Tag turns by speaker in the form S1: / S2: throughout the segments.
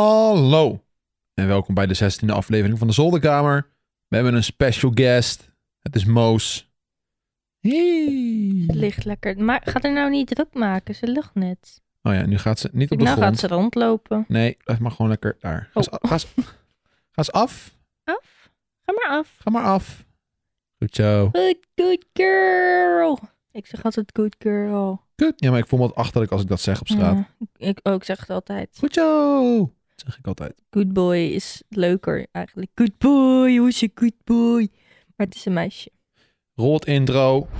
S1: Hallo en welkom bij de 16e aflevering van de Zolderkamer. We hebben een special guest. Het is Moos.
S2: Het
S1: Hey.
S2: ligt lekker. Maar gaat er nou niet druk maken? Ze lucht net.
S1: Oh ja, nu gaat ze niet op de
S2: nou
S1: grond.
S2: gaat ze rondlopen.
S1: Nee, blijf maar gewoon lekker daar. Ga,
S2: Oh.
S1: ze, ga, ze- ga ze af.
S2: Af. Ga maar af.
S1: Ga maar af. Goed zo.
S2: Good, good girl. Ik zeg altijd good girl.
S1: Kut. Ja, maar ik voel me wat achterlijk als ik dat zeg op straat.
S2: Ja, ik ook zeg het altijd.
S1: Goed zo. Dat zeg ik altijd.
S2: Good boy is leuker eigenlijk. Good boy, hoe is je good boy? Maar het is een meisje.
S1: Rol het intro.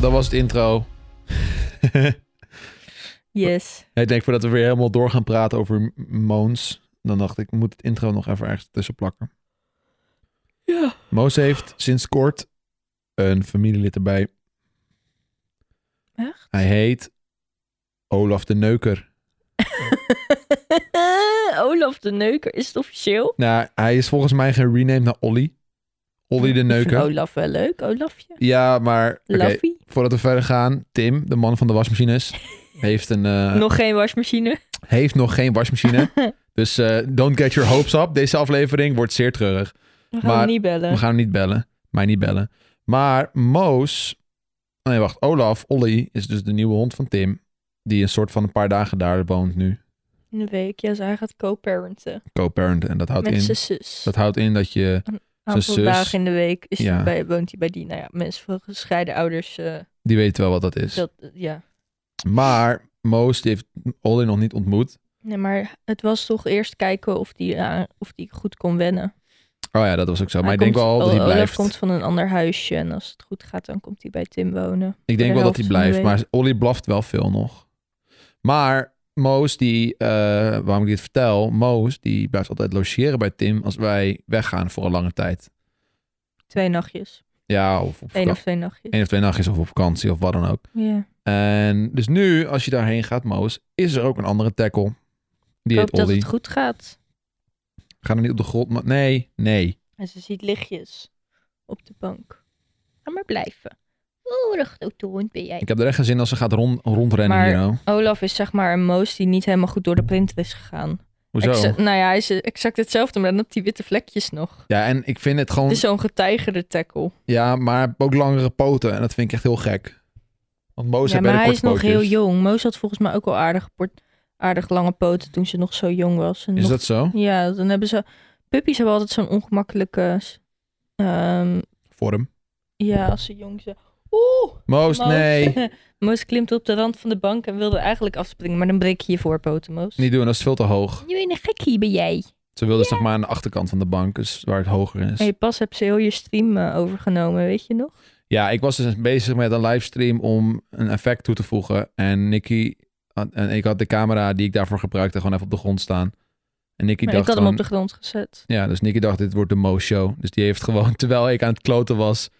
S1: Dat was het intro.
S2: Yes.
S1: Ja, ik denk voordat we weer helemaal door gaan praten over m- Moons. Dan dacht ik, moet het intro nog even ergens tussen plakken.
S2: Ja.
S1: Moos heeft sinds kort een familielid erbij.
S2: Echt?
S1: Hij heet Olaf de Neuker.
S2: Olaf de Neuker, is het officieel?
S1: Nou, hij is volgens mij gerenamed naar Olly. Olly de
S2: Ik vind
S1: Neuker.
S2: Olaf wel leuk, Olafje.
S1: Ja, maar oké,
S2: Laffy.
S1: voordat we verder gaan. Tim, de man van de wasmachines, heeft, een, eh,
S2: Nog geen wasmachine.
S1: heeft nog geen wasmachine. dus eh, don't get your hopes up. Deze aflevering wordt zeer treurig.
S2: We gaan
S1: Maar-
S2: hem niet bellen.
S1: We gaan hem niet bellen. Mij niet bellen. Maar Moos... oh Nee, wacht. Olaf, Olly, is dus de nieuwe hond van Tim. Die een soort van een paar dagen daar woont nu.
S2: In de week, ja, zij gaat co-parenten
S1: Co-parent. En dat houdt,
S2: met
S1: in,
S2: zijn zus.
S1: dat houdt in dat je...
S2: Een aantal
S1: zus.
S2: dagen in de week is
S1: Ja.
S2: die bij, woont hij bij die, nou ja, mensen van gescheiden ouders. eh,
S1: Die weet wel wat dat is.
S2: dat, ja.
S1: Maar Moos die heeft Olly nog niet ontmoet.
S2: Nee, maar het was toch eerst kijken of die, ja, of die goed kon wennen.
S1: Oh ja, dat was ook zo. Maar
S2: Hij
S1: ik denk
S2: komt-
S1: wel dat
S2: O-
S1: hij
S2: Olaf
S1: blijft.
S2: komt van een ander huisje en als het goed gaat, dan komt hij bij Tim wonen.
S1: Ik denk
S2: de
S1: wel dat hij
S2: helft van de
S1: blijft. Maar Olly blaft wel veel nog. Maar Moos, die, eh, waarom ik dit vertel, Moos, die blijft altijd logeren bij Tim als wij weggaan voor een lange tijd.
S2: Twee nachtjes.
S1: Ja, of op
S2: Eén
S1: vaka-
S2: of twee nachtjes.
S1: één of twee nachtjes of op vakantie of wat dan ook.
S2: Ja.
S1: En dus nu, als je daarheen gaat, Moos, is er ook een andere tackle.
S2: Ik
S1: Die
S2: hoop
S1: heet
S2: dat
S1: Olly.
S2: het goed gaat.
S1: Ga er niet op de grond. Maar nee, nee.
S2: En ze ziet lichtjes op de bank. Ga maar blijven. Oh, Oeh, wat een grote hond ben jij.
S1: Ik heb er echt geen zin in als ze gaat rond, rondrennen
S2: Maar-
S1: hier nou.
S2: Olaf is zeg maar een moos die niet helemaal goed door de printer is gegaan.
S1: Hoezo?
S2: Exa- nou ja, hij is exact hetzelfde, maar dan op die witte vlekjes nog.
S1: Ja, en ik vind het gewoon...
S2: Het is zo'n getijgerde tackle.
S1: Ja, maar ook langere poten. En dat vind ik echt heel gek. Want Moos
S2: ja,
S1: heeft bij
S2: maar
S1: de
S2: hij is nog
S1: kortpootjes.
S2: heel jong. Moos had volgens mij ook al aardig, port- aardig lange poten toen ze nog zo jong was. En
S1: Is
S2: nog-
S1: dat zo?
S2: Ja, dan hebben ze... Puppies hebben altijd zo'n ongemakkelijke... ehm,
S1: Voor hem.
S2: ja, als ze jong zijn. Oeh!
S1: Moos, nee.
S2: Moos klimt op de rand van de bank en wilde eigenlijk afspringen, maar dan breek je je voorpoten, Moos.
S1: Niet doen, dat is veel te hoog.
S2: Je bent een gekkie, ben jij?
S1: Ze wilde dus nog maar aan de achterkant van de bank, dus waar het hoger is.
S2: Hey, pas heb ze heel je stream eh, overgenomen, weet je nog?
S1: Ja, ik was dus bezig met een livestream om een effect toe te voegen. En Nicky had- en ik had de camera die ik daarvoor gebruikte gewoon even op de grond staan. En Nicky
S2: Maar ik
S1: dacht
S2: had hem
S1: gewoon-
S2: op de grond gezet.
S1: Ja, dus Nicky dacht, dit wordt de Mo Show. Dus die heeft gewoon, terwijl ik aan het kloten was,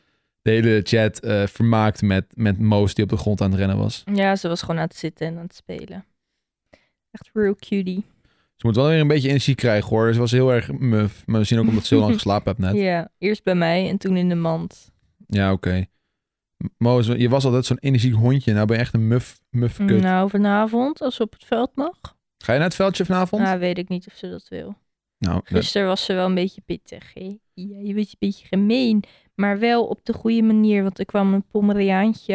S1: de hele chat eh, vermaakt met, met Moos die op de grond aan het rennen was.
S2: Ja, ze was gewoon aan het zitten en aan het spelen. Echt real cutie.
S1: Ze Dus moet wel weer een beetje energie krijgen hoor. Ze was heel erg muf. Maar misschien ook omdat ze heel lang geslapen hebt net.
S2: Ja, eerst bij mij en toen in de mand.
S1: Ja, oké. Moos, je was altijd zo'n energiek hondje. Nou ben je echt een muf, muf kut.
S2: Nou, vanavond, als ze op het veld mag.
S1: Ga je naar het veldje vanavond?
S2: Nou, dus- weet ik niet of ze dat wil.
S1: nou, nee.
S2: Gisteren was ze wel een beetje pittig. hè? Ja, je weet, een beetje gemeen. Maar wel op de goede manier, want er kwam een Pomeriaantje.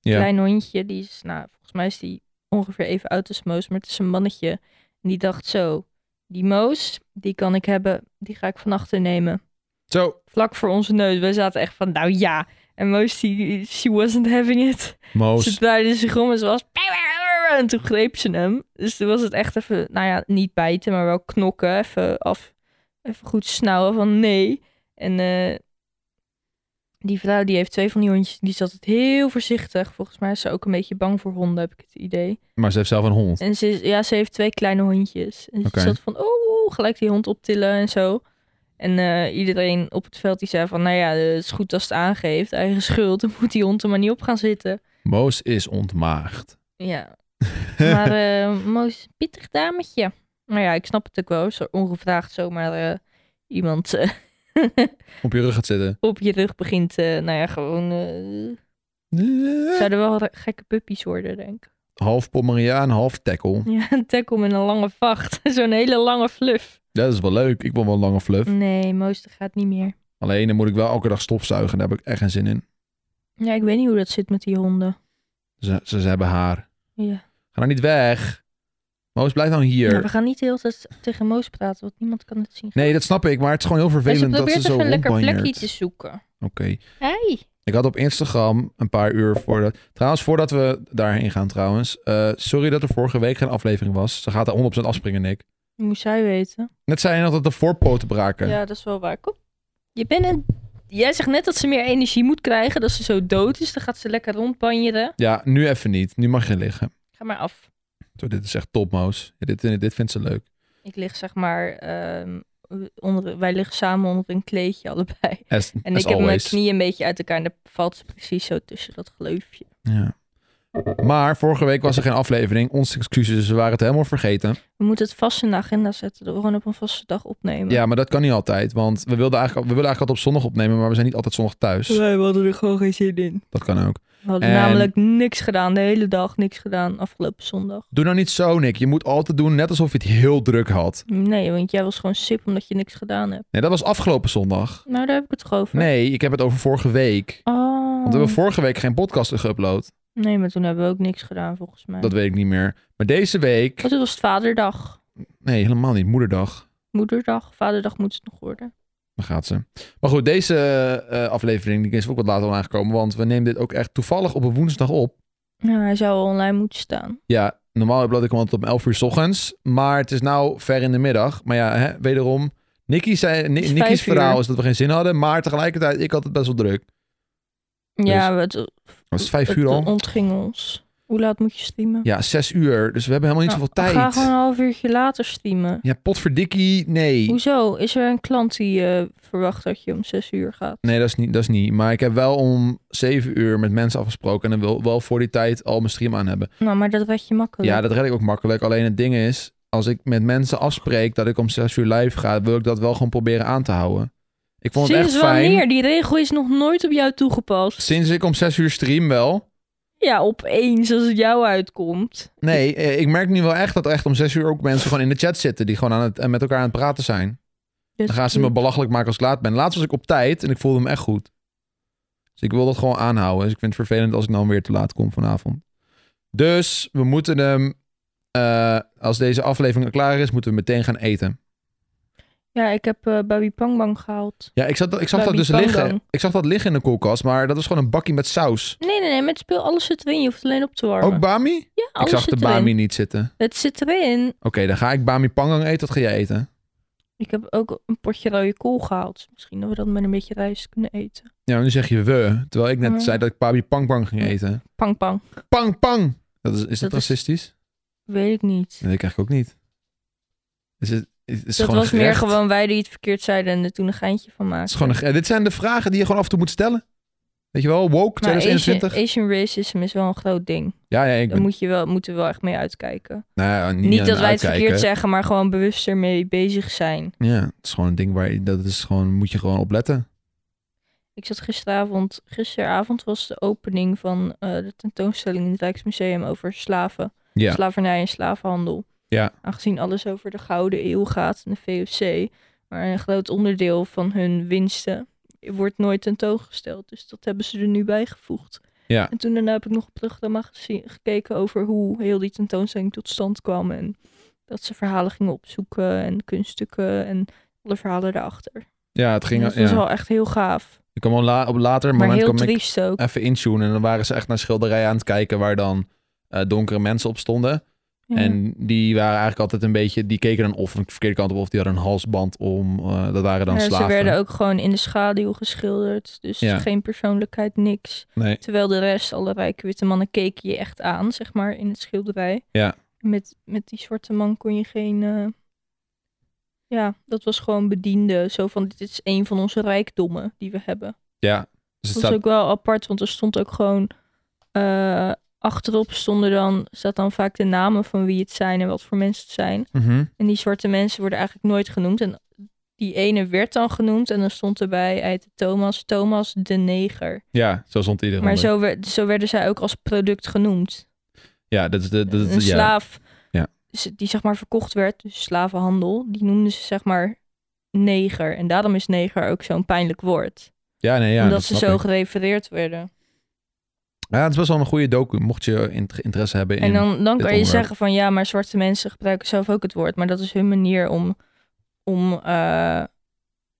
S1: ja.
S2: Klein hondje, die is, nou, volgens mij is die ongeveer even oud als Moos, maar het is een mannetje. En die dacht zo, die Moos, die kan ik hebben, die ga ik van achter nemen.
S1: Zo,
S2: vlak voor onze neus. Wij zaten echt van, nou ja. En Moos, die, she wasn't having it. Ze
S1: Moos.
S2: draaide zich om en ze was... En toen greep ze hem. Dus toen was het echt even, nou ja, niet bijten, maar wel knokken. Even, af, even goed snauwen van nee. En eh, die vrouw, die heeft twee van die hondjes. Die zat het heel voorzichtig. Volgens mij is ze ook een beetje bang voor honden, heb ik het idee.
S1: Maar ze heeft zelf een hond.
S2: En ze, is- ja, ze heeft twee kleine hondjes. En
S1: Oké.
S2: ze zat van, oh, gelijk die hond optillen en zo. En eh, iedereen op het veld die zei van, nou ja, eh, het is goed als het aangeeft. Eigen schuld, dan moet die hond er maar niet op gaan zitten.
S1: Moos is ontmaagd.
S2: Ja. Maar eh Moos, pittig dametje. Nou ja, ik snap het ook wel. Is er ongevraagd zomaar eh, iemand eh,
S1: Op je rug gaat zitten.
S2: op je rug begint, eh, nou ja, gewoon eh, Zouden wel re- gekke puppies worden, denk ik.
S1: Half Pomeriaan, half tackle.
S2: Ja, een tackle met een lange vacht. Zo'n hele lange fluff.
S1: Dat is wel leuk. Ik wil wel een lange fluff.
S2: Nee, Mooster gaat niet meer.
S1: Alleen dan moet ik wel elke dag stofzuigen. Daar heb ik echt geen zin in.
S2: Ja, ik weet niet hoe dat zit met die honden.
S1: Ze, ze, ze hebben haar.
S2: Ja.
S1: Ga nou niet weg. Moos, blijf nou hier.
S2: Maar we gaan niet de hele tijd tegen Moos praten, want niemand kan het zien.
S1: Nee, dat snap ik. Maar het is gewoon heel
S2: Maar ze
S1: vervelend dat
S2: probeert
S1: ze zo
S2: even een lekker plekje
S1: rondbanjert.
S2: te
S1: Oké.
S2: zoeken. Hey.
S1: Ik had op Instagram een paar uur voordat... Trouwens, voordat we daarheen gaan trouwens. eh, sorry dat er vorige week geen aflevering was. Ze gaat daar 100% afspringen, Nick.
S2: Moest zij weten.
S1: Net zei je nog dat de voorpoten braken.
S2: Ja, dat is wel waar. Kom. Je bent een... Jij zegt net dat ze meer energie moet krijgen, dat ze zo dood is. Dan gaat ze lekker rondbanjeren.
S1: Ja, nu even niet. Nu mag je liggen.
S2: Ga maar af.
S1: Zo, dit is echt top, Moos. Ja, dit, dit vindt ze leuk.
S2: Ik lig zeg maar... ehm, onder, wij liggen samen onder een kleedje allebei.
S1: As,
S2: En
S1: as
S2: ik heb mijn
S1: always.
S2: knieën een beetje uit elkaar en dan valt ze precies zo tussen dat gleufje.
S1: Ja. Maar vorige week was er geen aflevering. Onze excuses, we waren het helemaal vergeten.
S2: We moeten het vast in de agenda zetten, dat we gewoon op een vaste dag opnemen.
S1: Ja, maar dat kan niet altijd. Want we wilden eigenlijk, we willen eigenlijk altijd op zondag opnemen, maar we zijn niet altijd zondag thuis.
S2: Wij hadden er gewoon geen zin in.
S1: Dat kan ook.
S2: We hadden
S1: En-
S2: namelijk niks gedaan, de hele dag niks gedaan afgelopen zondag.
S1: Doe nou niet zo, Nick. Je moet altijd doen net alsof je het heel druk had.
S2: Nee, want jij was gewoon sip omdat je niks gedaan hebt.
S1: Nee, dat was afgelopen zondag.
S2: Nou, daar heb ik het toch over.
S1: Nee, ik heb het over vorige week.
S2: Oh.
S1: Want we hebben vorige week geen podcast geüpload.
S2: Nee, maar toen hebben we ook niks gedaan volgens mij.
S1: Dat weet ik niet meer. Maar deze week...
S2: Want het was vaderdag.
S1: Nee, helemaal niet. Moederdag.
S2: Moederdag, vaderdag moet het nog worden.
S1: Dan gaat ze. Maar goed, deze eh, aflevering die is ook wat later online gekomen. Want we nemen dit ook echt toevallig op een woensdag op.
S2: Ja, hij zou al online moeten staan.
S1: Ja, normaal upload ik hem altijd om 11 uur 's ochtends. Maar het is nou ver in de middag. Maar ja, hè, wederom. Nicky zei, Ni-
S2: is
S1: Nicky's
S2: vijf
S1: verhaal
S2: uur.
S1: is dat we geen zin hadden. Maar tegelijkertijd, ik had het best wel druk.
S2: Ja, maar het,
S1: Was Dus het vijf
S2: het
S1: uur al?
S2: ontging ons. Hoe laat moet je streamen?
S1: Ja, zes uur. Dus we hebben helemaal niet
S2: Nou,
S1: zoveel
S2: Ga
S1: tijd.
S2: gewoon een half uurtje later streamen.
S1: Ja, potverdikkie. Nee.
S2: Hoezo? Is er een klant die eh, verwacht dat je om zes uur gaat?
S1: Nee, dat is, niet, dat is niet. Maar ik heb wel om zeven uur met mensen afgesproken. En dan wil wel voor die tijd al mijn stream aan hebben.
S2: Nou, maar dat werd je makkelijk.
S1: Ja, dat red ik ook makkelijk. Alleen het ding is, als ik met mensen afspreek dat ik om 6 uur live ga, wil ik dat wel gewoon proberen aan te houden. Ik vond het
S2: Sinds
S1: echt fijn.
S2: wanneer? Die regel is nog nooit op jou toegepast.
S1: Sinds ik om 6 uur stream wel.
S2: Ja, opeens als het jou uitkomt.
S1: Nee, eh, ik merk nu wel echt dat er echt om 6 uur ook mensen gewoon in de chat zitten die gewoon aan het, eh, met elkaar aan het praten zijn.
S2: Dus
S1: Dan gaan ze me belachelijk maken als ik laat ben. Laatst was ik op tijd en ik voelde me echt goed. Dus ik wil dat gewoon aanhouden. Dus ik vind het vervelend als ik dan weer te laat kom vanavond. Dus we moeten hem, eh, als deze aflevering klaar is, moeten we meteen gaan eten.
S2: Ja, ik heb eh Babi Pangbang gehaald.
S1: Ja, ik, zat, ik zag
S2: Bij
S1: dat dus
S2: Bipang
S1: liggen.
S2: dan.
S1: Ik zag dat liggen in de koelkast, maar dat was gewoon een bakje met saus.
S2: Nee, nee, nee. Met speel alles zit erin. Je hoeft alleen op te warmen.
S1: Ook bami?
S2: ja,
S1: Oh, Ik
S2: alles
S1: zag de
S2: Oh, zit
S1: bami
S2: erin.
S1: niet zitten. Oké,
S2: Het zit erin.
S1: dan ga ik bami pangang eten. Wat ga jij eten?
S2: Ik heb ook een potje rode kool gehaald. Misschien dat we dat met een beetje rijst kunnen eten.
S1: Ja, maar nu zeg je we, terwijl ik net
S2: Mm.
S1: zei dat ik babi pangbang ging eten.
S2: Pang, pang.
S1: Pang pang! Dat is, is dat,
S2: Dat is-
S1: racistisch?
S2: Weet ik niet.
S1: Dat weet ik eigenlijk ook niet. Is het is, is
S2: dat
S1: gewoon
S2: was
S1: een gerecht?
S2: meer gewoon wij die het verkeerd zeiden en er toen een geintje van
S1: Het is
S2: maakten.
S1: gewoon een, ge- eh, dit zijn de vragen die je gewoon af en toe moet stellen. Weet je wel, woke
S2: Maar Asian,
S1: 2021.
S2: Asian racism is wel een groot ding.
S1: Ja, ja, ik
S2: Daar
S1: ben,
S2: moet je wel, moeten we wel echt mee uitkijken.
S1: nou ja, niet,
S2: Niet
S1: aan
S2: dat wij het
S1: uitkijken.
S2: verkeerd zeggen, maar gewoon bewust ermee bezig zijn.
S1: Ja, het is gewoon een ding waar je, dat is gewoon, moet je gewoon opletten.
S2: Ik zat gisteravond, gisteravond was de opening van eh, de tentoonstelling in het Rijksmuseum over slaven,
S1: Ja.
S2: slavernij en slavenhandel.
S1: Ja.
S2: Aangezien alles over de Gouden Eeuw gaat en de VOC, maar een groot onderdeel van hun winsten wordt nooit tentoongesteld. Dus dat hebben ze er nu bijgevoegd.
S1: Ja.
S2: En toen daarna heb ik nog op het programma gezien, gekeken over hoe heel die tentoonstelling tot stand kwam en dat ze verhalen gingen opzoeken en kunststukken en alle verhalen daarachter.
S1: Ja, het ging.
S2: dat was
S1: ja.
S2: wel echt heel gaaf.
S1: Ik kwam wel la- op later
S2: Maar
S1: moment
S2: heel
S1: kwam ik
S2: triest ook.
S1: even intunen. En dan waren ze echt naar schilderijen aan het kijken waar dan eh, donkere mensen op stonden.
S2: Ja.
S1: En die waren eigenlijk altijd een beetje. Die keken dan of een verkeerde kant op of die hadden een halsband om. eh, dat waren dan
S2: Ja,
S1: slaven.
S2: ze werden ook gewoon in de schaduw geschilderd. Dus
S1: Ja.
S2: geen persoonlijkheid, niks.
S1: Nee.
S2: Terwijl de rest, alle rijke witte mannen, keken je echt aan, zeg maar, in het schilderij.
S1: Ja.
S2: Met, met die zwarte man kon je geen... eh, Ja, dat was gewoon bediende. Zo van, dit is een van onze rijkdommen die we hebben.
S1: Ja. Dus het
S2: Dat
S1: staat,
S2: was ook wel apart, want er stond ook gewoon... eh, achterop stonden dan, staat dan vaak de namen van wie het zijn en wat voor mensen het zijn.
S1: Mhm.
S2: En die zwarte mensen worden eigenlijk nooit genoemd. En die ene werd dan genoemd en dan stond erbij uit Thomas, Thomas de Neger.
S1: Ja, zo stond iedereen.
S2: Maar zo, werd, zo werden zij ook als product genoemd.
S1: Ja, dat is de... Dat, is
S2: een
S1: ja.
S2: slaaf
S1: Ja.
S2: z- die zeg maar verkocht werd, dus slavenhandel, die noemden ze zeg maar neger. En daarom is neger ook zo'n pijnlijk woord.
S1: Ja, nee, ja.
S2: omdat
S1: dat
S2: ze
S1: snap
S2: zo
S1: ik.
S2: gerefereerd werden.
S1: Ja, het is best wel een goede docu, mocht je in- interesse hebben in...
S2: En dan, dan kan je
S1: onderwerp.
S2: zeggen van ja, maar zwarte mensen gebruiken zelf ook het woord. Maar dat is hun manier om, om eh,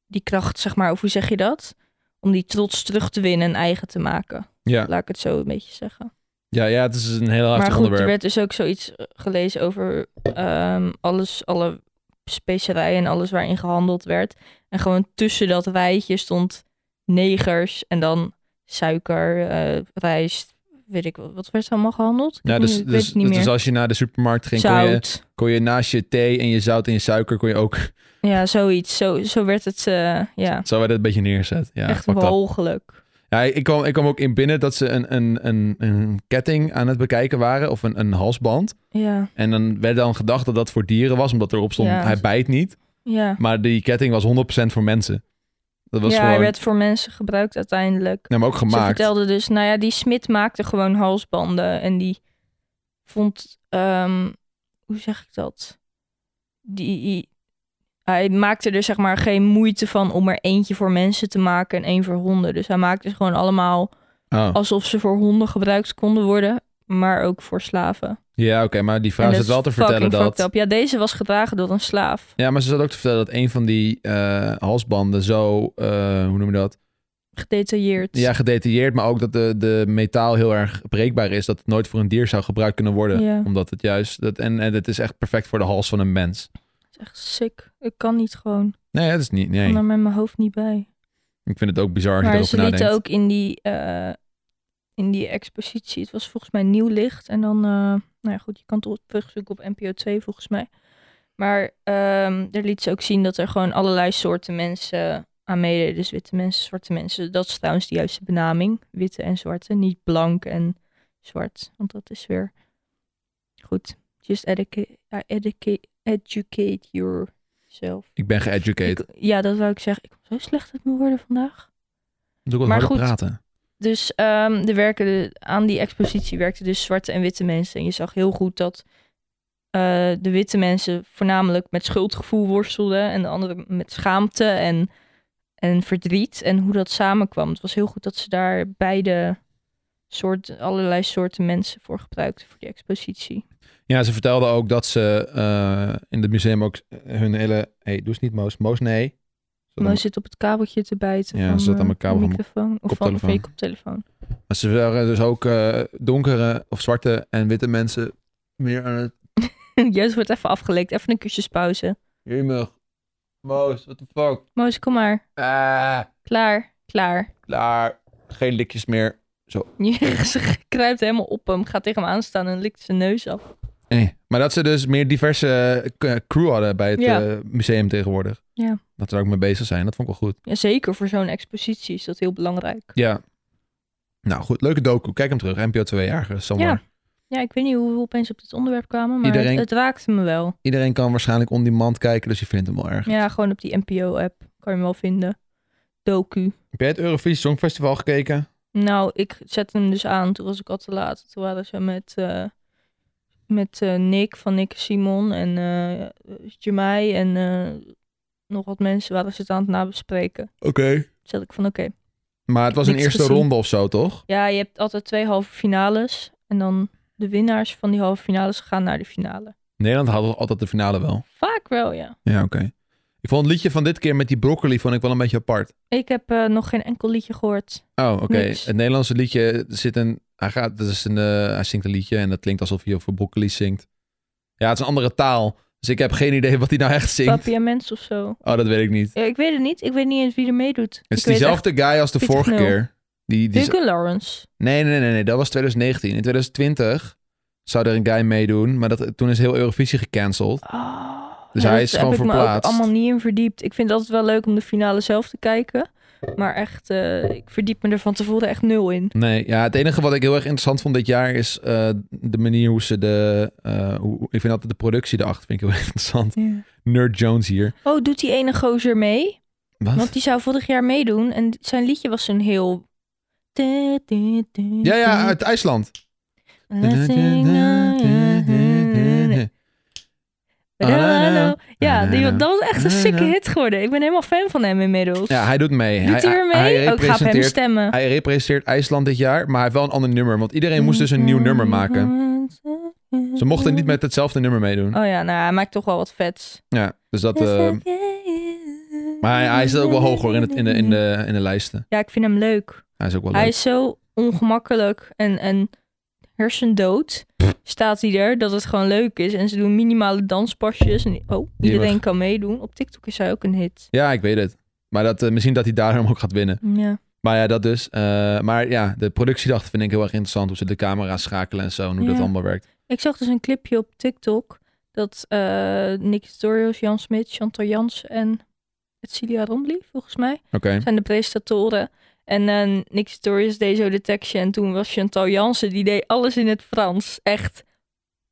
S2: die kracht, zeg maar, of hoe zeg je dat? Om die trots terug te winnen en eigen te maken.
S1: Ja.
S2: Laat ik het zo een beetje zeggen.
S1: Ja, ja, het is een heel
S2: maar
S1: heftig
S2: goed, er
S1: onderwerp.
S2: werd dus ook zoiets eh, gelezen over ehm, alles, alle specerijen en alles waarin gehandeld werd. En gewoon tussen dat rijtje stond negers en dan suiker, eh, rijst, weet ik wat. Wat werd er allemaal gehandeld? Ik
S1: Ja,
S2: heb
S1: dus,
S2: niet- weet
S1: dus,
S2: het niet
S1: dus
S2: meer.
S1: als je naar de supermarkt ging, kon je,
S2: Zout.
S1: kon je naast je thee en je zout en je suiker, kon je ook...
S2: Ja, zoiets. Zo, zo werd het eh, ja,
S1: Zo werd het een beetje neerzet. Ja,
S2: echt
S1: fucked up.
S2: walgelijk.
S1: Ja, ik kwam, ik kwam ook in binnen dat ze een, een, een, een ketting aan het bekijken waren. Of een, een halsband.
S2: Ja,
S1: En dan werd dan gedacht dat dat voor dieren was. Omdat erop stond,
S2: Ja.
S1: hij bijt niet.
S2: ja.
S1: Maar die ketting was 100% voor mensen. Dat was
S2: ja
S1: gewoon...
S2: hij werd voor mensen gebruikt uiteindelijk.
S1: Nee, maar ook
S2: Ze
S1: gemaakt.
S2: vertelde dus, nou ja, die smid maakte gewoon halsbanden. En die vond, ehm, hoe zeg ik dat? Die, hij maakte er zeg maar geen moeite van om er eentje voor mensen te maken en één voor honden. Dus hij maakte ze gewoon allemaal
S1: Oh.
S2: alsof ze voor honden gebruikt konden worden. Maar ook voor slaven.
S1: Ja, oké. maar die vrouw
S2: En dat
S1: zat wel
S2: is
S1: te vertellen
S2: fucking
S1: dat...
S2: fucked up. Ja, deze was gedragen door een slaaf.
S1: Ja, maar ze zat ook te vertellen dat een van die eh, halsbanden zo... eh, hoe noem je dat?
S2: gedetailleerd.
S1: Ja, gedetailleerd. Maar ook dat de, de metaal heel erg breekbaar is. Dat het nooit voor een dier zou gebruikt kunnen worden.
S2: Ja.
S1: Omdat het juist... Dat, en, en het is echt perfect voor de hals van een mens.
S2: Dat is echt sick. Ik kan niet gewoon.
S1: Nee, dat is niet...
S2: Ik
S1: Nee.
S2: kan daar met mijn hoofd niet bij.
S1: Ik vind het ook bizar als je
S2: maar
S1: erover
S2: ze lieten
S1: nadenkt.
S2: ook in die, eh, in die expositie, het was volgens mij nieuw licht. En dan, eh, nou ja goed, je kan het op- terugzoeken op NPO 2 volgens mij. Maar ehm daar liet ze ook zien dat er gewoon allerlei soorten mensen aan meededen. Dus witte mensen, zwarte mensen. Dat is trouwens de juiste benaming. Witte en zwarte, niet blank en zwart. Want dat is weer goed. Just educate, educate, educate yourself.
S1: Ik ben geeducated.
S2: Ik- ja, dat wou ik zeggen. Ik kom zo slecht uit mijn woorden vandaag.
S1: Moet ook wat
S2: Maar
S1: harder
S2: goed.
S1: praten.
S2: Dus ehm de werken, de- aan die expositie werkten dus zwarte en witte mensen. En je zag heel goed dat eh, de witte mensen voornamelijk met schuldgevoel worstelden. En de anderen met schaamte en, en verdriet. En hoe dat samenkwam. Het was heel goed dat ze daar beide soorten, allerlei soorten mensen voor gebruikten voor die expositie.
S1: Ja, ze vertelde ook dat ze eh, in het museum ook hun hele... hey, doe eens niet Moos. Moos, nee. Zat
S2: Maar
S1: aan-
S2: ze zit op het kabeltje te bijten.
S1: Ja,
S2: van,
S1: ze zat aan
S2: eh,
S1: mijn kabel van mijn
S2: microfoon of van, van
S1: koptelefoon.
S2: je koptelefoon.
S1: Maar ze waren dus ook eh, donkere of zwarte en witte mensen meer aan het...
S2: Juist wordt even afgelekt. Even een kusjes pauze.
S1: Jemig. Moos, what the fuck?
S2: Moos, kom maar.
S1: Ah,
S2: Klaar, klaar.
S1: klaar. Geen likjes meer.
S2: Ze kruipt helemaal op hem, gaat tegen hem aanstaan en likt zijn neus af.
S1: Nee. Maar dat ze dus meer diverse eh, crew hadden bij het
S2: Ja.
S1: eh, museum tegenwoordig.
S2: Ja.
S1: Dat ze er ook mee bezig zijn. Dat vond ik wel goed.
S2: Ja, zeker voor zo'n expositie is dat heel belangrijk.
S1: Ja. Nou goed, leuke docu. Kijk hem terug. NPO 2 ergens. somewhere.
S2: Ja. Ja, ik weet niet hoe we opeens op dit onderwerp kwamen, maar
S1: Iedereen-
S2: het, het raakte me wel.
S1: Iedereen kan waarschijnlijk on demand kijken, dus je vindt hem wel erg.
S2: Ja, gewoon op die NPO-app kan je hem wel vinden. Doku.
S1: Heb jij het Eurovisie Songfestival gekeken?
S2: Nou, ik zette hem dus aan, toen was ik al te laat. Toen waren ze met, eh, met eh, Nick van Nick en Simon en eh Jamai en eh, nog wat mensen waren ze het aan het nabespreken.
S1: Oké.
S2: Toen zat ik van oké,
S1: Maar het was een
S2: Niks
S1: eerste
S2: gezien.
S1: ronde of zo, toch?
S2: Ja, je hebt altijd twee halve finales. En dan de winnaars van die halve finales gaan naar de finale.
S1: Nederland had altijd de finale wel.
S2: Vaak wel, ja.
S1: Ja, oké. Ik vond het liedje van dit keer met die broccoli vond ik wel een beetje apart.
S2: Ik heb eh, nog geen enkel liedje gehoord.
S1: Oh, oké.
S2: Niks.
S1: Het Nederlandse liedje zit een... Hij, gaat, dat is een, eh, hij zingt een liedje en dat klinkt alsof hij over broccoli zingt. Ja, het is een andere taal. Dus ik heb geen idee wat hij nou echt zingt.
S2: Papi en Mens of zo.
S1: Oh, dat weet ik niet.
S2: Ja, ik weet het niet. Ik weet niet eens wie er meedoet.
S1: Het is
S2: Ik weet
S1: diezelfde guy als de
S2: 40
S1: vorige
S2: nul.
S1: keer. Die, die,
S2: echt- Hugo Lawrence.
S1: Nee, nee, nee, nee. Dat was 2019. In 2020 zou er een guy meedoen, maar dat, toen is heel Eurovisie gecanceld.
S2: Oh,
S1: Dus
S2: ja,
S1: hij
S2: dat
S1: is gewoon
S2: heb ik me ook
S1: verplaatst.
S2: allemaal niet in verdiept. Ik vind het altijd wel leuk om de finale zelf te kijken. Maar echt, eh, ik verdiep me er van tevoren echt nul in.
S1: Nee, ja, het enige wat ik heel erg interessant vond dit jaar is eh, de manier hoe ze de... eh, hoe, ik vind altijd de productie erachter vind ik heel erg interessant. Nerd Jones hier.
S2: Oh, doet die ene gozer mee?
S1: Wat?
S2: Want die zou vorig jaar meedoen en zijn liedje was zo'n heel...
S1: Ja, ja, uit IJsland.
S2: nou, Ja, die, dat was echt een sikke hit geworden. Ik ben helemaal fan van hem inmiddels.
S1: Ja, hij doet mee.
S2: Doet hij
S1: hij,
S2: weer
S1: hij
S2: mee? Ook ga op hem
S1: representeert,
S2: stemmen.
S1: hij representeert IJsland dit jaar, maar hij heeft wel een ander nummer. Want iedereen moest dus een nieuw nummer maken. Ze mochten niet met hetzelfde nummer meedoen.
S2: Oh ja, nou, hij maakt toch wel wat vets.
S1: Ja, dus dat... eh, maar hij, hij zit ook wel hoog hoor in, het, in, de, in, de, in de lijsten.
S2: Ja, ik vind hem leuk.
S1: Hij is ook wel
S2: Hij
S1: leuk.
S2: is zo ongemakkelijk en, en hersendood staat hij er, dat het gewoon leuk is. En ze doen minimale danspasjes. En, oh, iedereen
S1: Jemig.
S2: kan meedoen. Op TikTok is hij ook een hit.
S1: Ja, ik weet het. Maar dat, eh, misschien dat hij daarom ook gaat winnen.
S2: Ja.
S1: Maar ja, dat dus. Eh, maar ja, de productiedag vind ik heel erg interessant. Hoe ze de camera schakelen en zo. En hoe dat
S2: Ja.
S1: allemaal werkt.
S2: Ik zag dus een clipje op TikTok dat eh Nick Tutorials, Jan Smit, Chantal Jans en Celia Rombly, volgens mij,
S1: Oké.
S2: zijn de presentatoren. En eh Nick Tutorials deed zo de tekstje en toen was Chantal Jansen, die deed alles in het Frans. Echt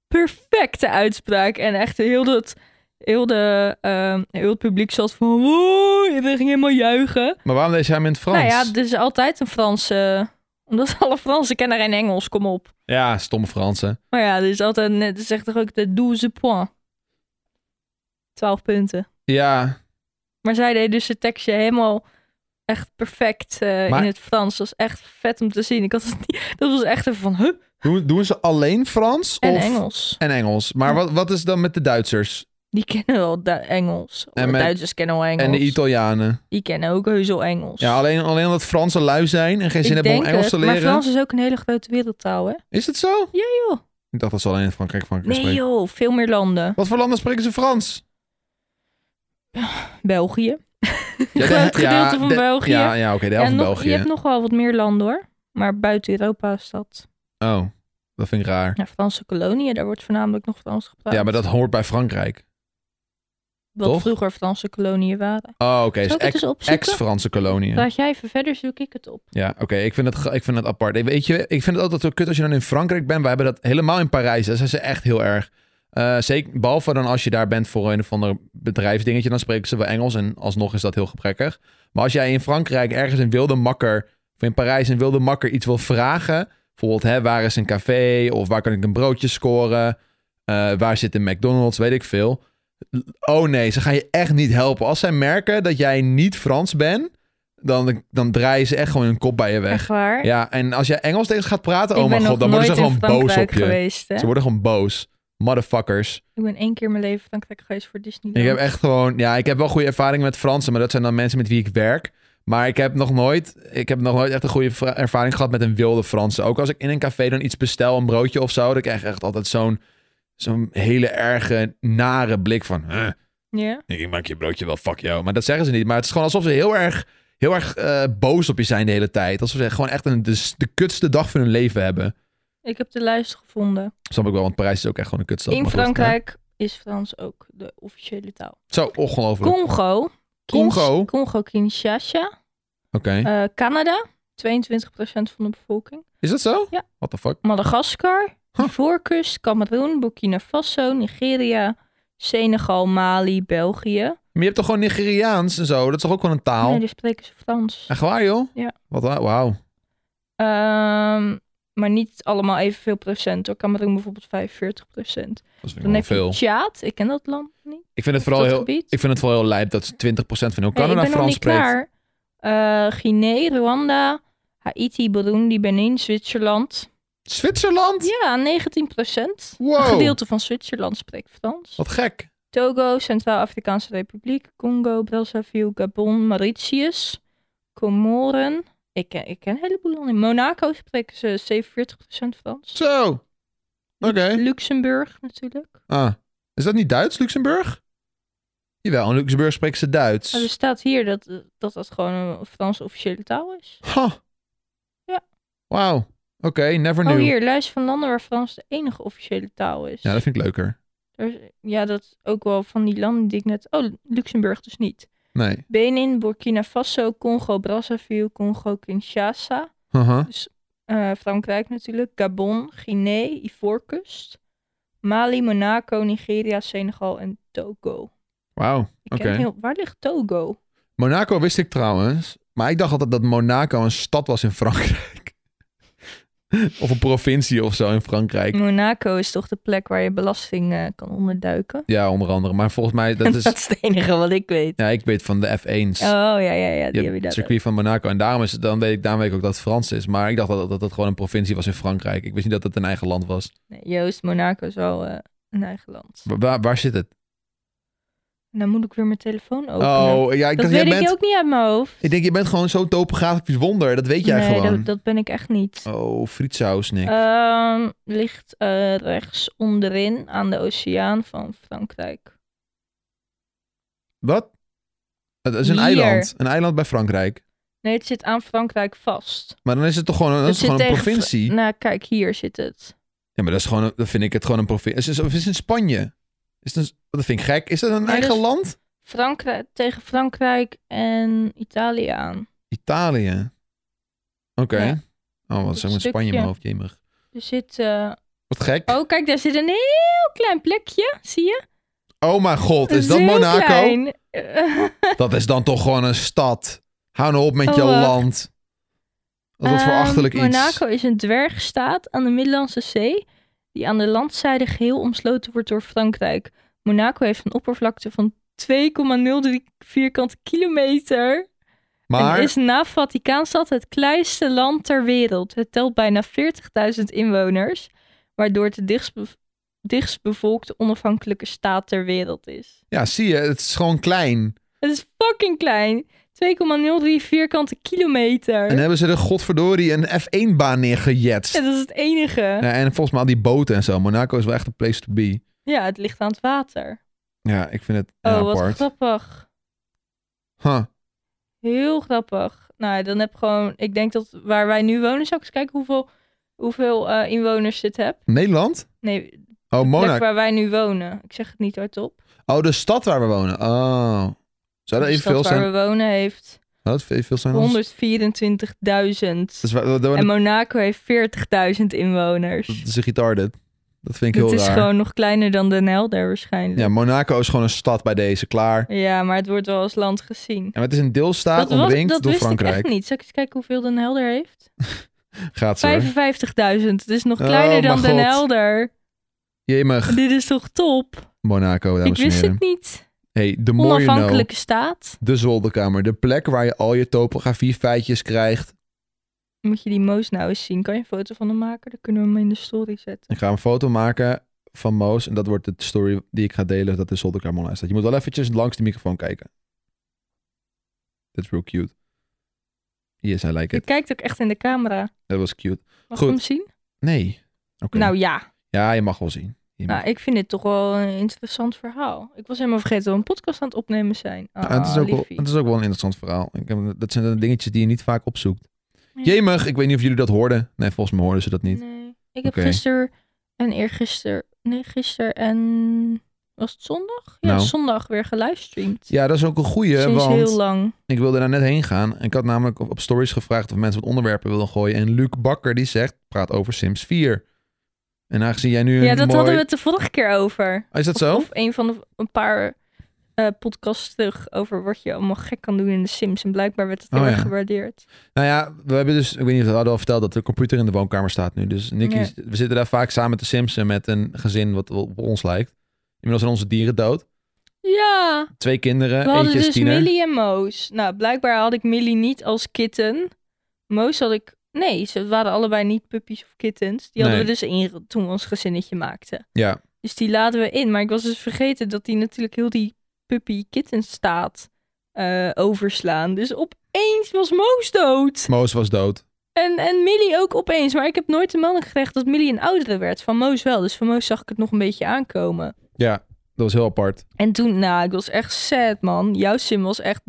S2: perfecte uitspraak en echt heel dat... Heel, de, eh, heel het publiek zat van... Wow, iedereen ging helemaal juichen.
S1: Maar waarom deed hij hem in het Frans?
S2: Nou ja, er is altijd een Franse... eh, Omdat alle Fransen kennen geen Engels, kom op.
S1: Ja, stomme Fransen.
S2: Maar ja, er is altijd net, er zegt toch ook de 12 points. 12 punten.
S1: Ja,
S2: Maar zij deed dus het tekstje helemaal echt perfect eh,
S1: Maar-
S2: in het Frans. Dat was echt vet om te zien. Ik had het niet, dat was echt even van, huh?
S1: doen, doen ze alleen Frans?
S2: En
S1: of...
S2: Engels.
S1: En Engels. Maar
S2: Ja.
S1: wat, wat is dan met de Duitsers?
S2: Die kennen wel Du- Engels.
S1: En
S2: De
S1: met-
S2: Duitsers kennen wel Engels.
S1: En de Italianen?
S2: Die kennen ook heus wel Engels.
S1: Ja, alleen, alleen omdat Fransen lui zijn en geen
S2: Ik
S1: zin hebben om
S2: denk
S1: Engels te
S2: het,
S1: leren.
S2: Maar Frans is ook een hele grote wereldtaal, hè?
S1: Is het zo?
S2: Ja, joh.
S1: Ik dacht dat ze alleen in Frankrijk Frankrijk
S2: Nee,
S1: spreken.
S2: joh. Veel meer landen.
S1: Wat voor landen spreken ze Frans?
S2: België.
S1: Ja,
S2: Groot gedeelte van België.
S1: Ja, ja oké, de helft
S2: en
S1: van
S2: nog,
S1: België.
S2: je hebt nog wel wat meer landen, hoor. Maar buiten Europa is dat...
S1: Oh, dat vind ik raar.
S2: Ja, Franse koloniën, daar wordt voornamelijk nog Frans gepraat.
S1: Ja, maar dat hoort bij Frankrijk.
S2: Wat
S1: toch?
S2: vroeger Franse koloniën waren.
S1: Oh, oké. dus
S2: Zal ik
S1: ex-
S2: het eens opzoeken?
S1: ex-Franse koloniën.
S2: Laat jij even verder, zoek ik het op.
S1: Ja, oké. ik vind het ge- ik vind het apart. Ik, weet je, ik vind het altijd zo kut als je dan in Frankrijk bent. We hebben dat helemaal in Parijs. Dat zijn ze echt heel erg. Eh, zeker, behalve dan als je daar bent voor een of ander bedrijfsdingetje. Dan spreken ze wel Engels en alsnog is dat heel gebrekkig. Maar als jij in Frankrijk ergens een wilde makker... of in Parijs een wilde makker iets wil vragen... bijvoorbeeld hè, waar is een café of waar kan ik een broodje scoren... eh, waar zit een McDonald's, weet ik veel. Oh nee, ze gaan je echt niet helpen. Als zij merken dat jij niet Frans bent... Dan, dan draaien ze echt gewoon hun kop bij je weg.
S2: Echt waar?
S1: Ja, en als jij Engels tegen ze gaat praten,
S2: ik
S1: oh mijn
S2: ben
S1: god, dan
S2: nog
S1: worden ze
S2: nooit
S1: gewoon
S2: in
S1: boos
S2: Frankrijk
S1: op je.
S2: geweest, hè?
S1: Ze worden gewoon boos. Motherfuckers.
S2: Ik ben één keer in mijn leven Frankrijk geweest voor Disney.
S1: Ik heb echt gewoon, ja, ik heb wel goede ervaringen met Fransen, maar dat zijn dan mensen met wie ik werk. Maar ik heb nog nooit, ik heb nog nooit echt een goede vra- ervaring gehad met een wilde Franse. Ook als ik in een café dan iets bestel, een broodje of zo, dan krijg ik echt altijd zo'n, zo'n hele erge, nare blik van, "Huh,
S2: Ja?
S1: ik maak je broodje wel, fuck jou. Maar dat zeggen ze niet. Maar het is gewoon alsof ze heel erg, heel erg eh, boos op je zijn de hele tijd. Alsof ze gewoon echt een, de, de kutste dag van hun leven hebben.
S2: Ik heb de lijst gevonden.
S1: Snap ik wel, want Parijs is ook echt gewoon een kutstad.
S2: in
S1: maar goed,
S2: Frankrijk is Frans ook de officiële taal.
S1: hè. Zo, ongelooflijk.
S2: Congo.
S1: Congo?
S2: Congo, Kinshasa.
S1: Oké.
S2: Eh, Canada. 22% van de bevolking.
S1: Is dat zo?
S2: Ja.
S1: What the fuck?
S2: Madagaskar,
S1: Huh.
S2: Ivoorkust, Cameroen, Burkina Faso, Nigeria, Senegal, Mali, België.
S1: Maar je hebt toch gewoon Nigeriaans en zo? Dat is toch ook wel een taal?
S2: Nee, daar spreken ze Frans.
S1: Echt waar, joh?
S2: Ja.
S1: Wat, wa- wauw.
S2: Ehm, maar niet allemaal evenveel procent. Door Cameroen bijvoorbeeld 45 procent.
S1: Dat vind ik
S2: Dan
S1: wel
S2: heb
S1: Oh, veel.
S2: je Tjaad. Ik ken dat land niet.
S1: Ik vind het vooral
S2: dat
S1: heel...
S2: gebied.
S1: Ik vind het vooral heel lijp dat 20% van heel
S2: Hey, ik
S1: Canada
S2: ben nog
S1: Frans
S2: niet
S1: spreekt.
S2: klaar. Eh, Guinea, Rwanda, Haiti, Burundi, Benin, Zwitserland.
S1: Zwitserland?
S2: Ja, 19 procent. Een
S1: Wow.
S2: gedeelte van Zwitserland spreekt Frans.
S1: Wat gek.
S2: Togo, Centraal-Afrikaanse Republiek, Congo, Brazzaville, Gabon, Mauritius, Comoren. Ik ken, ik ken een heleboel landen. In Monaco spreken ze 47% Frans.
S1: Zo. Oké. Eh?
S2: Luxemburg natuurlijk.
S1: Ah. Is dat niet Duits, Luxemburg? Jawel, in Luxemburg spreken ze Duits.
S2: Maar er staat hier dat eh, dat, dat gewoon een Frans officiële taal is.
S1: Ha.
S2: Ja.
S1: Wauw. Oké, never
S2: Oh,
S1: knew.
S2: hier, lijst van landen waar Frans de enige officiële taal is.
S1: Ja, dat vind ik leuker.
S2: Er is- ja, dat is ook wel van die landen die ik net... Oh, Luxemburg dus niet.
S1: Nee.
S2: Benin, Burkina Faso, Congo, Brazzaville, Congo, Kinshasa.
S1: Haha.
S2: Eh, Frankrijk natuurlijk, Gabon, Guinea, Ivoorkust, Mali, Monaco, Nigeria, Senegal en Togo.
S1: Wauw.
S2: Ik ken
S1: Oké.
S2: heel, waar ligt Togo?
S1: Monaco wist ik trouwens. Maar ik dacht altijd dat Monaco een stad was in Frankrijk. of een provincie of zo in Frankrijk.
S2: Monaco is toch de plek waar je belasting eh, kan onderduiken?
S1: Ja, onder andere. Maar volgens mij, dat
S2: Dat is...
S1: is...
S2: het enige wat ik weet.
S1: Ja, ik weet van de F1's.
S2: Oh ja, ja, ja,
S1: Je
S2: die heb je
S1: hebt het
S2: daar.
S1: circuit van Monaco. En daarom, is het, dan weet ik, daarom weet ik ook dat het Frans is. Maar ik dacht dat dat, dat gewoon een provincie was in Frankrijk. Ik wist niet dat het een eigen land was.
S2: Nee, Joost, Monaco is wel eh, een eigen land.
S1: Wa- Waar, waar zit het?
S2: En dan moet ik weer mijn telefoon openen.
S1: Oh, ja, ik
S2: dat
S1: dacht,
S2: weet
S1: jij
S2: ik
S1: bent...
S2: ook niet uit mijn hoofd.
S1: Ik denk, je bent gewoon zo'n topografisch wonder. Dat weet jij
S2: nee,
S1: gewoon.
S2: dat, dat ben ik echt niet.
S1: Oh, frietsaus, Nick.
S2: Ehm, ligt eh, rechts onderin aan de oceaan van Frankrijk.
S1: Wat? Het is een
S2: hier.
S1: eiland. Een eiland bij Frankrijk.
S2: Nee, het zit aan Frankrijk vast.
S1: Maar dan is het toch gewoon, dat
S2: Het
S1: is gewoon
S2: zit
S1: een
S2: tegen Fr-
S1: provincie?
S2: Nou, kijk, hier zit het.
S1: Ja, maar dat is gewoon, een- dan vind ik het gewoon een provincie. Is, is, of is het in Spanje? Is het een, dat vind ik gek. Is dat een
S2: Nee,
S1: eigen
S2: dat is-
S1: land?
S2: Frankrijk, tegen Frankrijk en Italië aan.
S1: Italië. Oké.
S2: Ja.
S1: Oh, wat is
S2: Een
S1: er met Spanje in mijn
S2: stukje.
S1: hoofd, jemig.
S2: Er zit... eh,
S1: Wat gek.
S2: Oh, kijk, daar zit een heel klein plekje. Zie je?
S1: Oh mijn god, is dat
S2: Heel
S1: Monaco?
S2: klein.
S1: Dat is dan toch gewoon een stad. Hou nou op met je
S2: Oh, wacht.
S1: land. Wat een
S2: Ehm,
S1: verachtelijk iets.
S2: Monaco is een dwergstaat aan de Middellandse Zee, die aan de landzijde geheel omsloten wordt door Frankrijk. Monaco heeft een oppervlakte van 2,03 vierkante kilometer.
S1: Maar
S2: En is na Vaticaanstad het kleinste land ter wereld. Het telt bijna 40.000 inwoners, waardoor het de dichtstbe- dichtstbevolkte onafhankelijke staat ter wereld is.
S1: ja, zie je, het is gewoon klein.
S2: Het is fucking klein. 2,03 vierkante kilometer.
S1: En hebben ze er godverdorie een F1-baan neergejetst.
S2: Ja, dat is het enige.
S1: Ja, en volgens mij al die boten en zo. Monaco is wel echt een place to be.
S2: Ja, het ligt aan het water.
S1: Ja, ik vind het
S2: Oh,
S1: heel
S2: wat
S1: apart.
S2: grappig.
S1: Huh.
S2: Heel grappig. Nou, dan heb ik gewoon... Ik denk dat waar wij nu wonen... Zou ik eens kijken hoeveel, hoeveel eh, inwoners dit heb?
S1: Nederland?
S2: Nee, de
S1: Oh,
S2: plek
S1: Monaco.
S2: waar wij nu wonen. Ik zeg het niet hardop.
S1: Oh, de stad waar we wonen. Oh. Zou dat
S2: de
S1: even
S2: stad
S1: veel
S2: waar
S1: zijn?
S2: we wonen heeft
S1: Zou dat even veel zijn? als-
S2: 124.000.
S1: Dat is, wa- wa- wa-
S2: En Monaco heeft 40.000 inwoners.
S1: dat is een retarded. Dat vind ik
S2: Het
S1: heel
S2: is
S1: raar.
S2: gewoon nog kleiner dan Den Helder
S1: Ja,
S2: waarschijnlijk.
S1: Monaco is gewoon een stad bij deze. Klaar.
S2: Ja. maar het wordt wel als land gezien.
S1: En het is een deelstaat
S2: was-
S1: omringd
S2: dat
S1: door
S2: wist ik
S1: Frankrijk.
S2: echt niet. Zal ik eens kijken hoeveel Den Helder heeft?
S1: Gaat zo.
S2: 55.000. Het is nog
S1: Oh,
S2: kleiner dan
S1: mijn
S2: Den
S1: God.
S2: Helder.
S1: Jemig.
S2: Dit is toch top?
S1: Monaco,
S2: Ik
S1: dames en
S2: wist
S1: heren.
S2: het niet.
S1: Hey, de mooie know.
S2: Onafhankelijke staat.
S1: De zolderkamer. De plek waar je al je topografie feitjes krijgt.
S2: Moet je die Moos nou eens zien? Kan je een foto van hem maken? Dan kunnen we hem in de story zetten.
S1: Ik ga een foto maken van Moos. En dat wordt de story die ik ga delen dat de zolderkamer online staat. Je moet wel eventjes langs de microfoon kijken. That's real cute. Yes, I like
S2: Je
S1: it.
S2: kijkt ook echt in de camera.
S1: Dat was cute.
S2: Mag
S1: Goed.
S2: ik hem zien?
S1: Nee. Oké.
S2: Nou ja.
S1: Ja, je mag wel zien. Je mag-
S2: Nou, ik vind dit toch wel een interessant verhaal. Ik was helemaal vergeten dat we een podcast aan het opnemen zijn. Ah,
S1: Ja, het, is ook wel,
S2: liefie.
S1: het is ook wel een interessant verhaal. Ik heb, dat zijn dan dingetjes die je niet vaak opzoekt.
S2: Ja.
S1: Jemig, ik weet niet of jullie dat hoorden. Nee, volgens mij hoorden ze dat niet.
S2: Nee. Ik heb
S1: Oké.
S2: gisteren en eergisteren... Nee, gisteren en... Was het zondag? Ja,
S1: Nou.
S2: zondag weer gelivestreamd.
S1: Ja, dat is ook een goeie,
S2: Sinds
S1: want
S2: heel lang.
S1: ik wilde daar net heen gaan. Ik had namelijk op, op stories gevraagd of mensen wat onderwerpen wilden gooien. En Luc Bakker die zegt, praat over Sims 4. En aangezien jij nu een
S2: Ja, dat
S1: mooi-
S2: hadden we het de vorige keer over.
S1: Oh, is dat
S2: Of,
S1: zo?
S2: of een van de een paar eh, podcasts terug over wat je allemaal gek kan doen in de Sims. En blijkbaar werd het heel
S1: Oh,
S2: erg
S1: ja.
S2: gewaardeerd.
S1: Nou ja, we hebben dus, ik weet niet of we dat hadden al verteld, dat de computer in de woonkamer staat nu. Dus Nicky,
S2: Ja.
S1: is- we zitten daar vaak samen met de Sims en met een gezin wat op ons lijkt. Inmiddels zijn onze dieren dood.
S2: Ja,
S1: Twee
S2: we
S1: kinderen,
S2: hadden
S1: Eh, eentje is
S2: dus
S1: tiener.
S2: Millie en Moos. Nou, blijkbaar had ik Millie niet als kitten. Moos had ik... Nee, ze waren allebei niet puppies of kittens. Die hadden
S1: Nee.
S2: we dus in toen we ons gezinnetje maakten.
S1: Ja,
S2: Dus die laden we in. Maar ik was dus vergeten dat die natuurlijk heel die puppy-kitten staat eh, overslaan. Dus opeens was Moos dood.
S1: Moos was dood.
S2: En, en Millie ook opeens. Maar ik heb nooit de melding gekregen dat Millie een oudere werd. Van Moos wel. Dus van Moos zag ik het nog een beetje aankomen.
S1: Ja, dat was heel apart.
S2: En toen, nou, ik was echt sad, man. Jouw sim was echt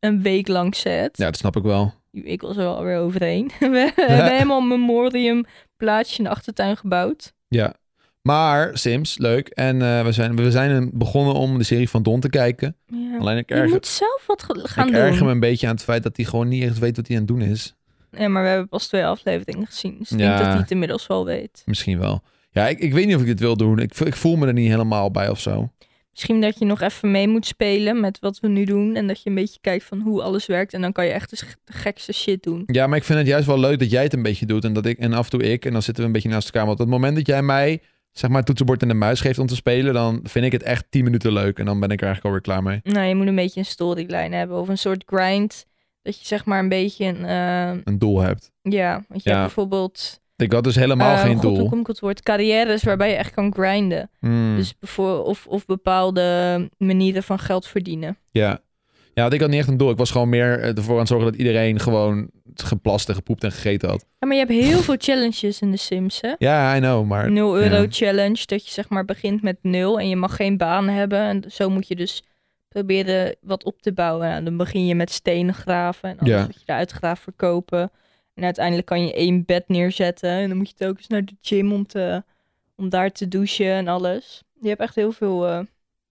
S2: een week lang sad.
S1: Ja, dat snap ik wel.
S2: Ik was er wel weer overheen. We hebben helemaal een memorium plaatsje in de achtertuin gebouwd.
S1: Ja. Maar Sims, leuk. En eh, we zijn, we zijn een- begonnen om de serie van Don te kijken.
S2: Ja.
S1: Alleen ik,
S2: Je
S1: erger,
S2: moet zelf wat ge- gaan
S1: ik
S2: doen.
S1: erger me een beetje aan het feit dat hij gewoon niet echt weet wat hij aan het doen is.
S2: Ja, maar we hebben pas twee afleveringen gezien. Dus ik
S1: Ja.
S2: denk dat hij het inmiddels wel weet.
S1: Misschien wel. Ja, ik, ik weet niet of ik dit wil doen. Ik, vo- ik voel me er niet helemaal bij of zo.
S2: Misschien dat je nog even mee moet spelen met wat we nu doen. En dat je een beetje kijkt van hoe alles werkt. En dan kan je echt de sch- de gekste shit doen.
S1: Ja, maar ik vind het juist wel leuk dat jij het een beetje doet. En dat ik en af en toe ik. En dan zitten we een beetje naast elkaar. Want op het moment dat jij mij zeg maar het toetsenbord en de muis geeft om te spelen, dan vind ik het echt 10 minuten leuk. En dan ben ik er eigenlijk alweer klaar mee.
S2: Nou, je moet een beetje een storyline hebben. Of een soort grind. Dat je zeg maar een beetje een... eh,
S1: Een doel hebt.
S2: ja, want je
S1: Ja.
S2: hebt bijvoorbeeld...
S1: Ik had dus helemaal
S2: eh,
S1: geen
S2: god, Hoe
S1: doel.
S2: kom ik het woord? Carrières waarbij je echt kan grinden.
S1: Hmm,
S2: Dus bijvoor- of, of bepaalde manieren van geld verdienen.
S1: Ja. Ja, want ik had niet echt een doel. Ik was gewoon meer eh, ervoor aan het zorgen dat iedereen gewoon geplast en gepoept en gegeten had.
S2: Ja, maar je hebt heel veel challenges in de Sims, hè?
S1: Ja, I know, maar...
S2: 0 euro
S1: ja.
S2: challenge, dat je zeg maar begint met nul en je mag geen baan hebben. En zo moet je dus proberen wat op te bouwen. Nou, dan begin je met stenen graven en alles
S1: Ja.
S2: wat je eruit graaft verkopen. En uiteindelijk kan je één bed neerzetten en dan moet je telkens naar de gym om, te, om daar te douchen en alles. Je hebt echt heel veel eh,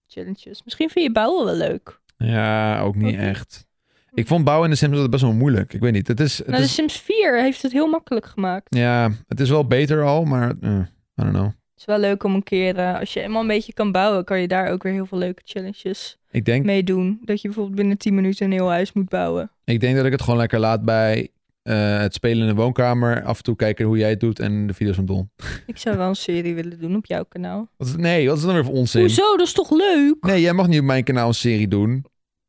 S2: challenges. Misschien vind je bouwen wel leuk.
S1: Ja, ook niet
S2: Ook niet.
S1: echt. Ik vond bouwen in de Sims altijd best wel moeilijk. Ik weet niet. Het is, het
S2: Nou, de
S1: is,
S2: Sims 4 heeft het heel makkelijk gemaakt.
S1: Ja, het is wel beter al, maar... eh, I don't know.
S2: Het is wel leuk om een keer, eh, als je eenmaal een beetje kan bouwen, kan je daar ook weer heel veel leuke challenges
S1: Ik denk,
S2: meedoen. Dat je bijvoorbeeld binnen 10 minuten een heel huis moet bouwen.
S1: ik denk dat ik het gewoon lekker laat bij eh, het spelen in de woonkamer. Af en toe kijken hoe jij het doet en de video's van Don.
S2: Ik zou wel een serie willen doen op jouw kanaal.
S1: Wat is- nee, wat is dat dan weer voor onzin?
S2: Hoezo? Dat is toch leuk?
S1: Nee, jij mag niet op mijn kanaal een serie doen.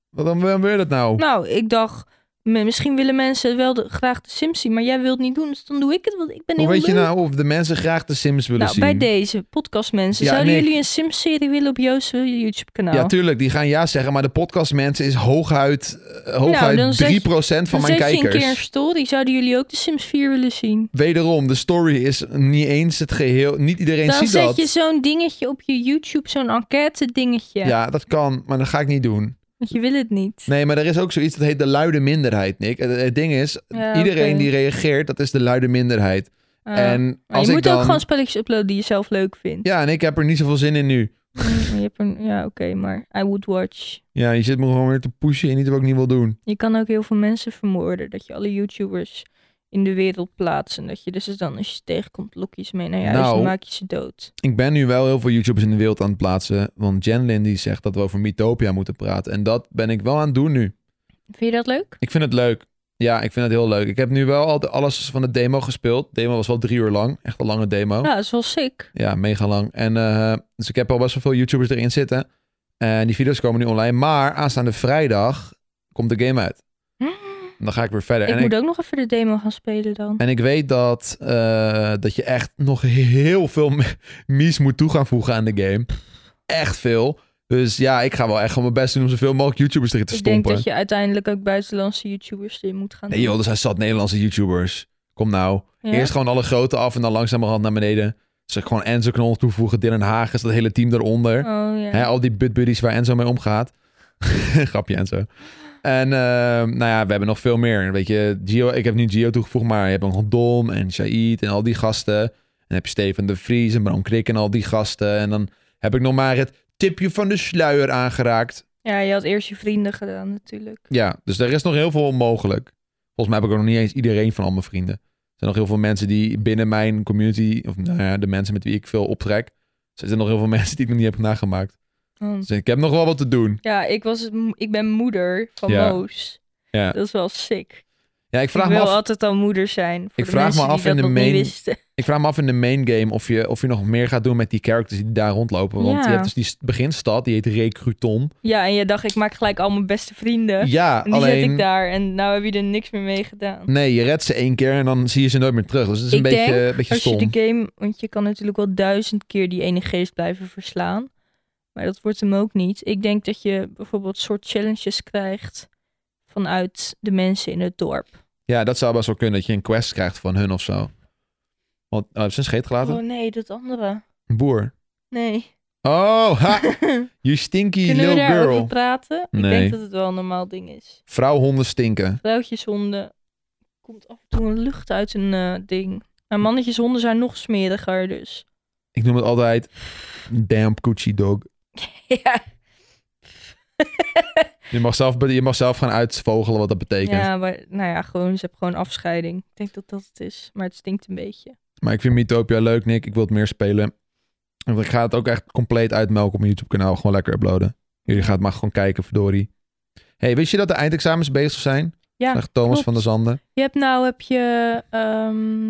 S1: Wat dan waarom wil je dat nou?
S2: Nou, ik dacht, m- misschien willen mensen wel de- graag de Sims zien, maar jij wilt niet doen, dus dan doe ik het, want ik ben
S1: Hoe
S2: heel
S1: weet je
S2: leuk.
S1: nou of de mensen graag de Sims willen
S2: Nou,
S1: zien?
S2: bij deze podcastmensen,
S1: Ja,
S2: zouden
S1: en ik-
S2: jullie een Sims-serie willen op Joost YouTube-kanaal?
S1: Ja, tuurlijk, die gaan ja zeggen, maar de podcast mensen is hooguit, eh, hooguit
S2: Nou, dan zet-
S1: 3% van
S2: Dan
S1: mijn
S2: zet je een
S1: kijkers.
S2: keer een story. Zouden jullie ook de Sims 4 willen zien?
S1: Wederom, de story is niet eens het geheel. Niet iedereen
S2: Dan
S1: ziet
S2: zet
S1: dat.
S2: je zo'n dingetje op je YouTube, zo'n enquête dingetje.
S1: Ja, dat kan, maar dat ga ik niet doen.
S2: Want je wil het niet.
S1: Nee, maar er is ook zoiets dat heet de luide minderheid, Nick. Het, het ding is,
S2: Ja,
S1: iedereen
S2: oké.
S1: die reageert, dat is de luide minderheid.
S2: Ah.
S1: en
S2: Maar
S1: als
S2: je
S1: ik
S2: moet
S1: dan...
S2: ook gewoon spelletjes uploaden die je zelf leuk vindt.
S1: Ja, en ik heb er niet zoveel zin in nu.
S2: Mm, je hebt een- ja oké, maar I would watch.
S1: Ja, je zit me gewoon weer te pushen en iets wat ik niet wil doen.
S2: Je kan ook heel veel mensen vermoorden. Dat je alle YouTubers in de wereld plaatst. En dat je dus dan als je ze tegenkomt lokjes mee naar je huis
S1: Nou.
S2: en maak je ze dood.
S1: Ik ben nu wel heel veel YouTubers in de wereld aan het plaatsen. Want Jenlin die zegt dat we over Mythopia moeten praten. En dat ben ik wel aan het doen nu.
S2: Vind je dat leuk?
S1: Ik vind het leuk. Ja, ik vind het heel leuk. Ik heb nu wel al de- alles van de demo gespeeld. De demo was wel drie uur lang. Echt een lange demo.
S2: Ja, dat is wel sick.
S1: Ja, mega lang. En eh, dus ik heb al best wel veel YouTubers erin zitten. En die video's komen nu online. Maar aanstaande vrijdag komt de game uit. En dan ga ik weer verder.
S2: Ik
S1: en,
S2: moet
S1: ik,
S2: ook nog even de demo gaan spelen dan.
S1: en ik weet dat, eh, dat je echt nog heel veel me- mies moet toe gaan voegen aan de game. Echt veel. Dus ja, ik ga wel echt gewoon mijn best doen om zoveel mogelijk YouTubers erin te
S2: Ik denk
S1: stompen.
S2: dat je uiteindelijk ook buitenlandse YouTubers erin moet gaan
S1: Nee joh, dus hij zat Nederlandse YouTubers. Kom nou.
S2: Ja?
S1: Eerst gewoon alle grote af en dan langzamerhand naar beneden. Dus ik gewoon Enzo Knol toevoegen, Dylan Hagens, dat hele team daaronder.
S2: Oh ja.
S1: Hè, al die buddies waar Enzo mee omgaat. Grapje Enzo. En eh, nou ja, we hebben nog veel meer. Weet je, Gio, ik heb nu Gio toegevoegd, maar je hebt nog Dom en Shaid en al die gasten. En dan heb je Steven de Vries en Bram Krik en al die gasten. En dan heb ik nog maar het tipje van de sluier aangeraakt.
S2: Ja, je had eerst je vrienden gedaan natuurlijk.
S1: Ja, dus er is nog heel veel mogelijk. Volgens mij heb ik ook nog niet eens iedereen van al mijn vrienden. Er zijn nog heel veel mensen die binnen mijn community, of nou ja, de mensen met wie ik veel optrek, zijn er nog heel veel mensen die ik nog niet heb nagemaakt.
S2: Oh.
S1: Dus ik heb nog wel wat te doen.
S2: Ja, ik, was, het mo- ik ben moeder van
S1: Ja.
S2: Moos.
S1: Ja.
S2: Dat is wel sick.
S1: Ja, ik vraag,
S2: ik
S1: me
S2: wil
S1: af,
S2: altijd al moeder zijn. Voor
S1: Ik
S2: de
S1: vraag me
S2: mensen die
S1: af in
S2: dat
S1: de
S2: nog niet
S1: main-
S2: wisten.
S1: ik vraag me af in de main game of je, of je nog meer gaat doen met die characters die daar rondlopen. Want
S2: Ja.
S1: je hebt dus die s- beginstad, die heet Recruton.
S2: Ja, en je dacht, ik maak gelijk al mijn beste vrienden.
S1: Ja,
S2: en die zet ik
S1: alleen...
S2: daar. En nou heb je er niks meer mee gedaan.
S1: Nee, je redt ze één keer en dan zie je ze nooit meer terug. Dus het is een
S2: Ik
S1: beetje,
S2: denk,
S1: een beetje
S2: Als je
S1: stom.
S2: de game... Want je kan natuurlijk wel duizend keer die ene geest blijven verslaan. Maar dat wordt hem ook niet. Ik denk dat je bijvoorbeeld soort challenges krijgt... vanuit de mensen in het dorp.
S1: Ja, dat zou best wel kunnen, dat je een quest krijgt van hun of zo. Want oh, hebben ze een scheet gelaten?
S2: Oh nee, dat andere.
S1: Een boer.
S2: Nee.
S1: Oh, ha! You stinky
S2: Kunnen we
S1: little
S2: daarover
S1: girl.
S2: praten? Ik
S1: Nee.
S2: denk dat het wel een normaal ding is.
S1: Vrouwhonden stinken.
S2: Vrouwtjeshonden Nou, komt af en toe een lucht uit een eh, ding. Maar mannetjeshonden zijn nog smeriger, dus.
S1: Ik noem het altijd een damn coochie dog.
S2: ja.
S1: Je mag zelf, je mag zelf gaan uitvogelen wat dat betekent.
S2: ja, maar nou ja, gewoon, ze hebben gewoon afscheiding. Ik denk dat dat het is, maar het stinkt een beetje.
S1: Maar ik vind Mythopia leuk, Nick. Ik wil het meer spelen. En ik ga het ook echt compleet uitmelken op mijn YouTube-kanaal. Gewoon lekker uploaden. Jullie gaan het maar gewoon kijken, verdorie. hey, wist je dat de eindexamens bezig zijn?
S2: Ja,
S1: Zegt Thomas
S2: klopt.
S1: van der Zanden.
S2: Je hebt nou, heb je ehm,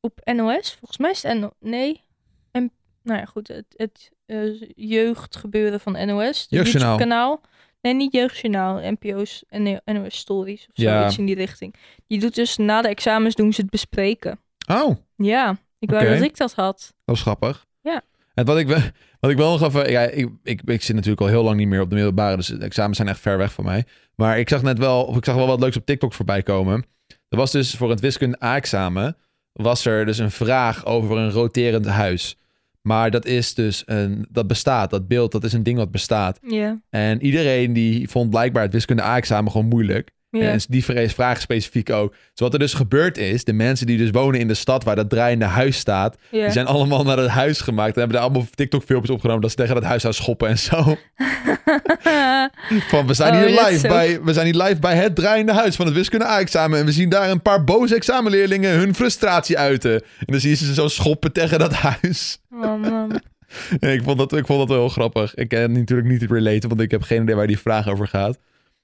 S2: op NOS, volgens mij is het NO, nee. En, nou ja, goed, het, het eh, jeugdgebeuren van NOS. het
S1: Jeugdjournaal.
S2: kanaal Nee, niet jeugdjournaal, NPO's en NOS Stories of
S1: Ja.
S2: zoiets in die richting. Die doet dus na de examens doen ze het bespreken.
S1: Oh, dat
S2: Ja, ik wou
S1: Oké.
S2: dat ik dat had.
S1: was grappig.
S2: Ja.
S1: En wat ik, wel- wat ik wel nog even... Ja, ik, ik, ik zit natuurlijk al heel lang niet meer op de middelbare. Dus de examens zijn echt ver weg van mij. Maar ik zag net wel... Of ik zag wel wat leuks op TikTok voorbij komen. Er was dus voor het wiskunde A-examen... was er dus een vraag over een roterend huis. Maar dat is dus een... Dat bestaat, dat beeld, dat is een ding wat bestaat.
S2: Ja,
S1: En iedereen die vond blijkbaar het wiskunde A-examen gewoon moeilijk.
S2: ja.
S1: En die vrees vraag specifiek ook. Dus wat er dus gebeurd is, de mensen die dus wonen in de stad waar dat draaiende huis staat,
S2: ja.
S1: die zijn allemaal naar het huis gemaakt. En hebben daar allemaal TikTok-filmpjes opgenomen dat ze tegen dat huis aan schoppen en zo. Van we zijn
S2: Oh,
S1: hier
S2: dat is
S1: live
S2: zo-
S1: bij, we zijn hier live bij het draaiende huis van het wiskunde A-examen. En we zien daar een paar boze examenleerlingen hun frustratie uiten. En dan zie je ze zo schoppen tegen dat huis.
S2: oh man.
S1: En ik, vond dat, ik vond dat wel heel grappig. Ik kan het natuurlijk niet relaten, want ik heb geen idee waar die vraag over gaat.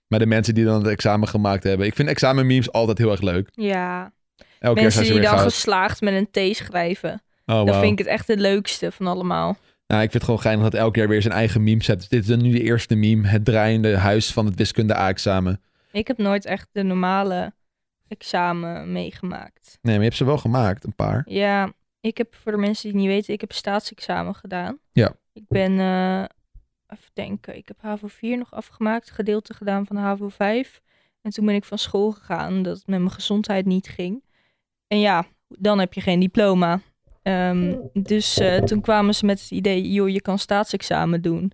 S1: Maar de mensen die dan het examen gemaakt hebben. Ik vind examenmemes altijd heel erg leuk.
S2: Ja.
S1: Elke keer
S2: Mensen
S1: zijn ze
S2: die
S1: weer
S2: dan
S1: goud.
S2: geslaagd met een T schrijven.
S1: Oh,
S2: Dat
S1: wauw.
S2: vind ik het echt het leukste van allemaal.
S1: Nou, ik vind het gewoon geinig dat elke keer weer zijn eigen memes hebt. Dus dit is dan nu de eerste meme. Het draaiende huis van het wiskunde A-examen.
S2: Ik heb nooit echt de normale examen meegemaakt.
S1: Nee, maar je hebt ze wel gemaakt, een paar.
S2: Ja, ik heb voor de mensen die het niet weten, ik heb staatsexamen gedaan.
S1: Ja.
S2: Ik ben, eh, even denken, ik heb HAVO 4 nog afgemaakt, gedeelte gedaan van HAVO 5. En toen ben ik van school gegaan, omdat het met mijn gezondheid niet ging. En ja, dan heb je geen diploma. Ehm, dus eh, toen kwamen ze met het idee, joh, je kan staatsexamen doen.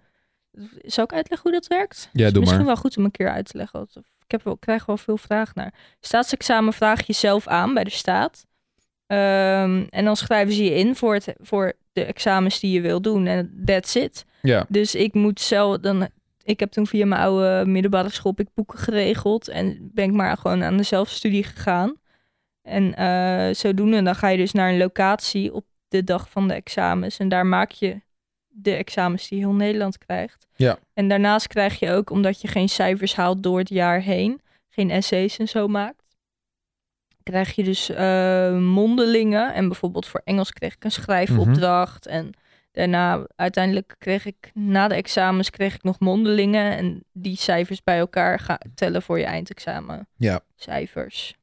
S2: Zal ik uitleggen hoe dat werkt?
S1: Ja,
S2: Is
S1: doe
S2: misschien
S1: maar.
S2: wel goed om een keer uit te leggen. want Ik heb wel, krijg wel veel vragen naar. Staatsexamen vraag je zelf aan bij de staat. Ehm, en dan schrijven ze je in voor, het, voor de examens die je wil doen. En that's it.
S1: Ja.
S2: Dus ik moet zelf dan. Ik heb toen via mijn oude middelbare school heb ik boeken geregeld. En ben ik maar gewoon aan de zelfstudie gegaan. En eh, zodoende dan ga je dus naar een locatie op de dag van de examens. En daar maak je de examens die heel Nederland krijgt.
S1: Ja.
S2: En daarnaast krijg je ook, omdat je geen cijfers haalt door het jaar heen, geen essays en zo maakt, krijg je dus eh, mondelingen. En bijvoorbeeld voor Engels kreeg ik een schrijfopdracht.
S1: Mhm.
S2: En daarna uiteindelijk kreeg ik, na de examens, kreeg ik nog mondelingen. En die cijfers bij elkaar ga- tellen voor je eindexamen.
S1: Ja.
S2: Cijfers.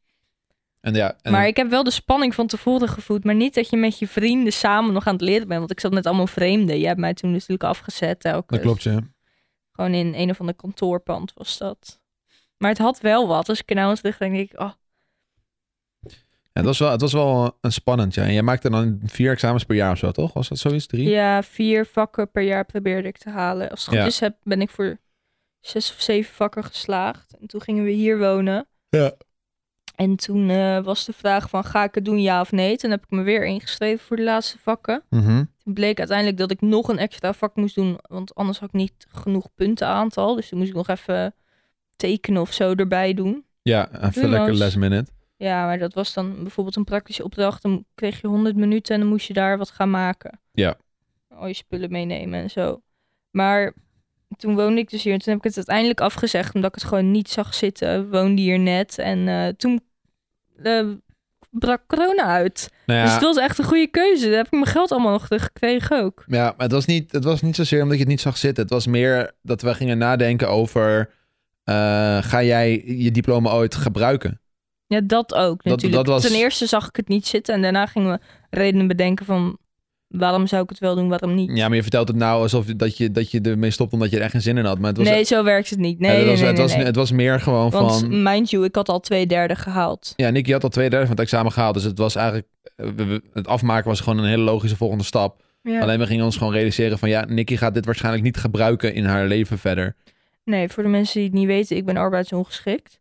S1: En ja, en
S2: Maar ik heb wel de spanning van tevoren gevoeld. Maar niet dat je met je vrienden samen nog aan het leren bent. Want ik zat met allemaal vreemden. Jij hebt mij toen dus natuurlijk afgezet.
S1: dat
S2: telkens.
S1: klopt, ja.
S2: Gewoon in een of ander kantoorpand was dat. Maar het had wel wat. Als ik er nou aan terug denk, denk ik... Oh,
S1: Ja, Het was wel, het was wel eh, een spannend, ja. En jij maakte dan vier examens per jaar of zo, toch? Was dat zoiets? Drie?
S2: ja, vier vakken per jaar probeerde ik te halen. Als het goed
S1: Ja.
S2: is heb, ben ik voor zes of zeven vakken geslaagd. En toen gingen we hier wonen.
S1: Ja.
S2: En toen eh, was de vraag van, ga ik het doen ja of nee? Toen heb ik me weer ingeschreven voor de laatste vakken.
S1: Mhm.
S2: Toen bleek uiteindelijk dat ik nog een extra vak moest doen, want anders had ik niet genoeg puntenaantal. Dus toen moest ik nog even tekenen of zo erbij doen.
S1: Ja, even lekker
S2: Freelance.
S1: last minute.
S2: Ja, maar dat was dan bijvoorbeeld een praktische opdracht. Dan kreeg je 100 minuten en dan moest je daar wat gaan maken.
S1: Ja.
S2: Al je spullen meenemen en zo. Maar toen woonde ik dus hier en toen heb ik het uiteindelijk afgezegd omdat ik het gewoon niet zag zitten. Ik Woonde hier net en eh, toen eh, brak corona uit.
S1: Nou ja,
S2: Dus het was echt een goede keuze. Daar heb ik mijn geld allemaal nog teruggekregen ook.
S1: Ja, maar het was, niet, het was niet zozeer omdat je het niet zag zitten. Het was meer dat we gingen nadenken over... eh, ga jij je diploma ooit gebruiken?
S2: Ja, dat ook
S1: Dat-
S2: natuurlijk.
S1: dat was-
S2: Ten eerste zag ik het niet zitten en daarna gingen we redenen bedenken van waarom zou ik het wel doen, waarom niet.
S1: Ja, maar je vertelt het nou alsof je, dat je, dat je ermee stopt omdat je er echt geen zin in had. Maar het was,
S2: nee, zo werkt het niet. Nee,
S1: het
S2: nee,
S1: was,
S2: nee,
S1: het
S2: nee,
S1: was,
S2: nee.
S1: het was meer gewoon
S2: Want mm.
S1: van...
S2: mind you, ik had al twee derde gehaald.
S1: Ja, Nicky had al twee derde van het examen gehaald. Dus het was eigenlijk... eh, we- we- Het afmaken was gewoon een hele logische volgende stap. Alleen we gingen ons gewoon realiseren van... Ja, Nicky gaat dit waarschijnlijk niet gebruiken in haar leven verder.
S2: Nee, voor de mensen die het niet weten, ik ben arbeidsongeschikt.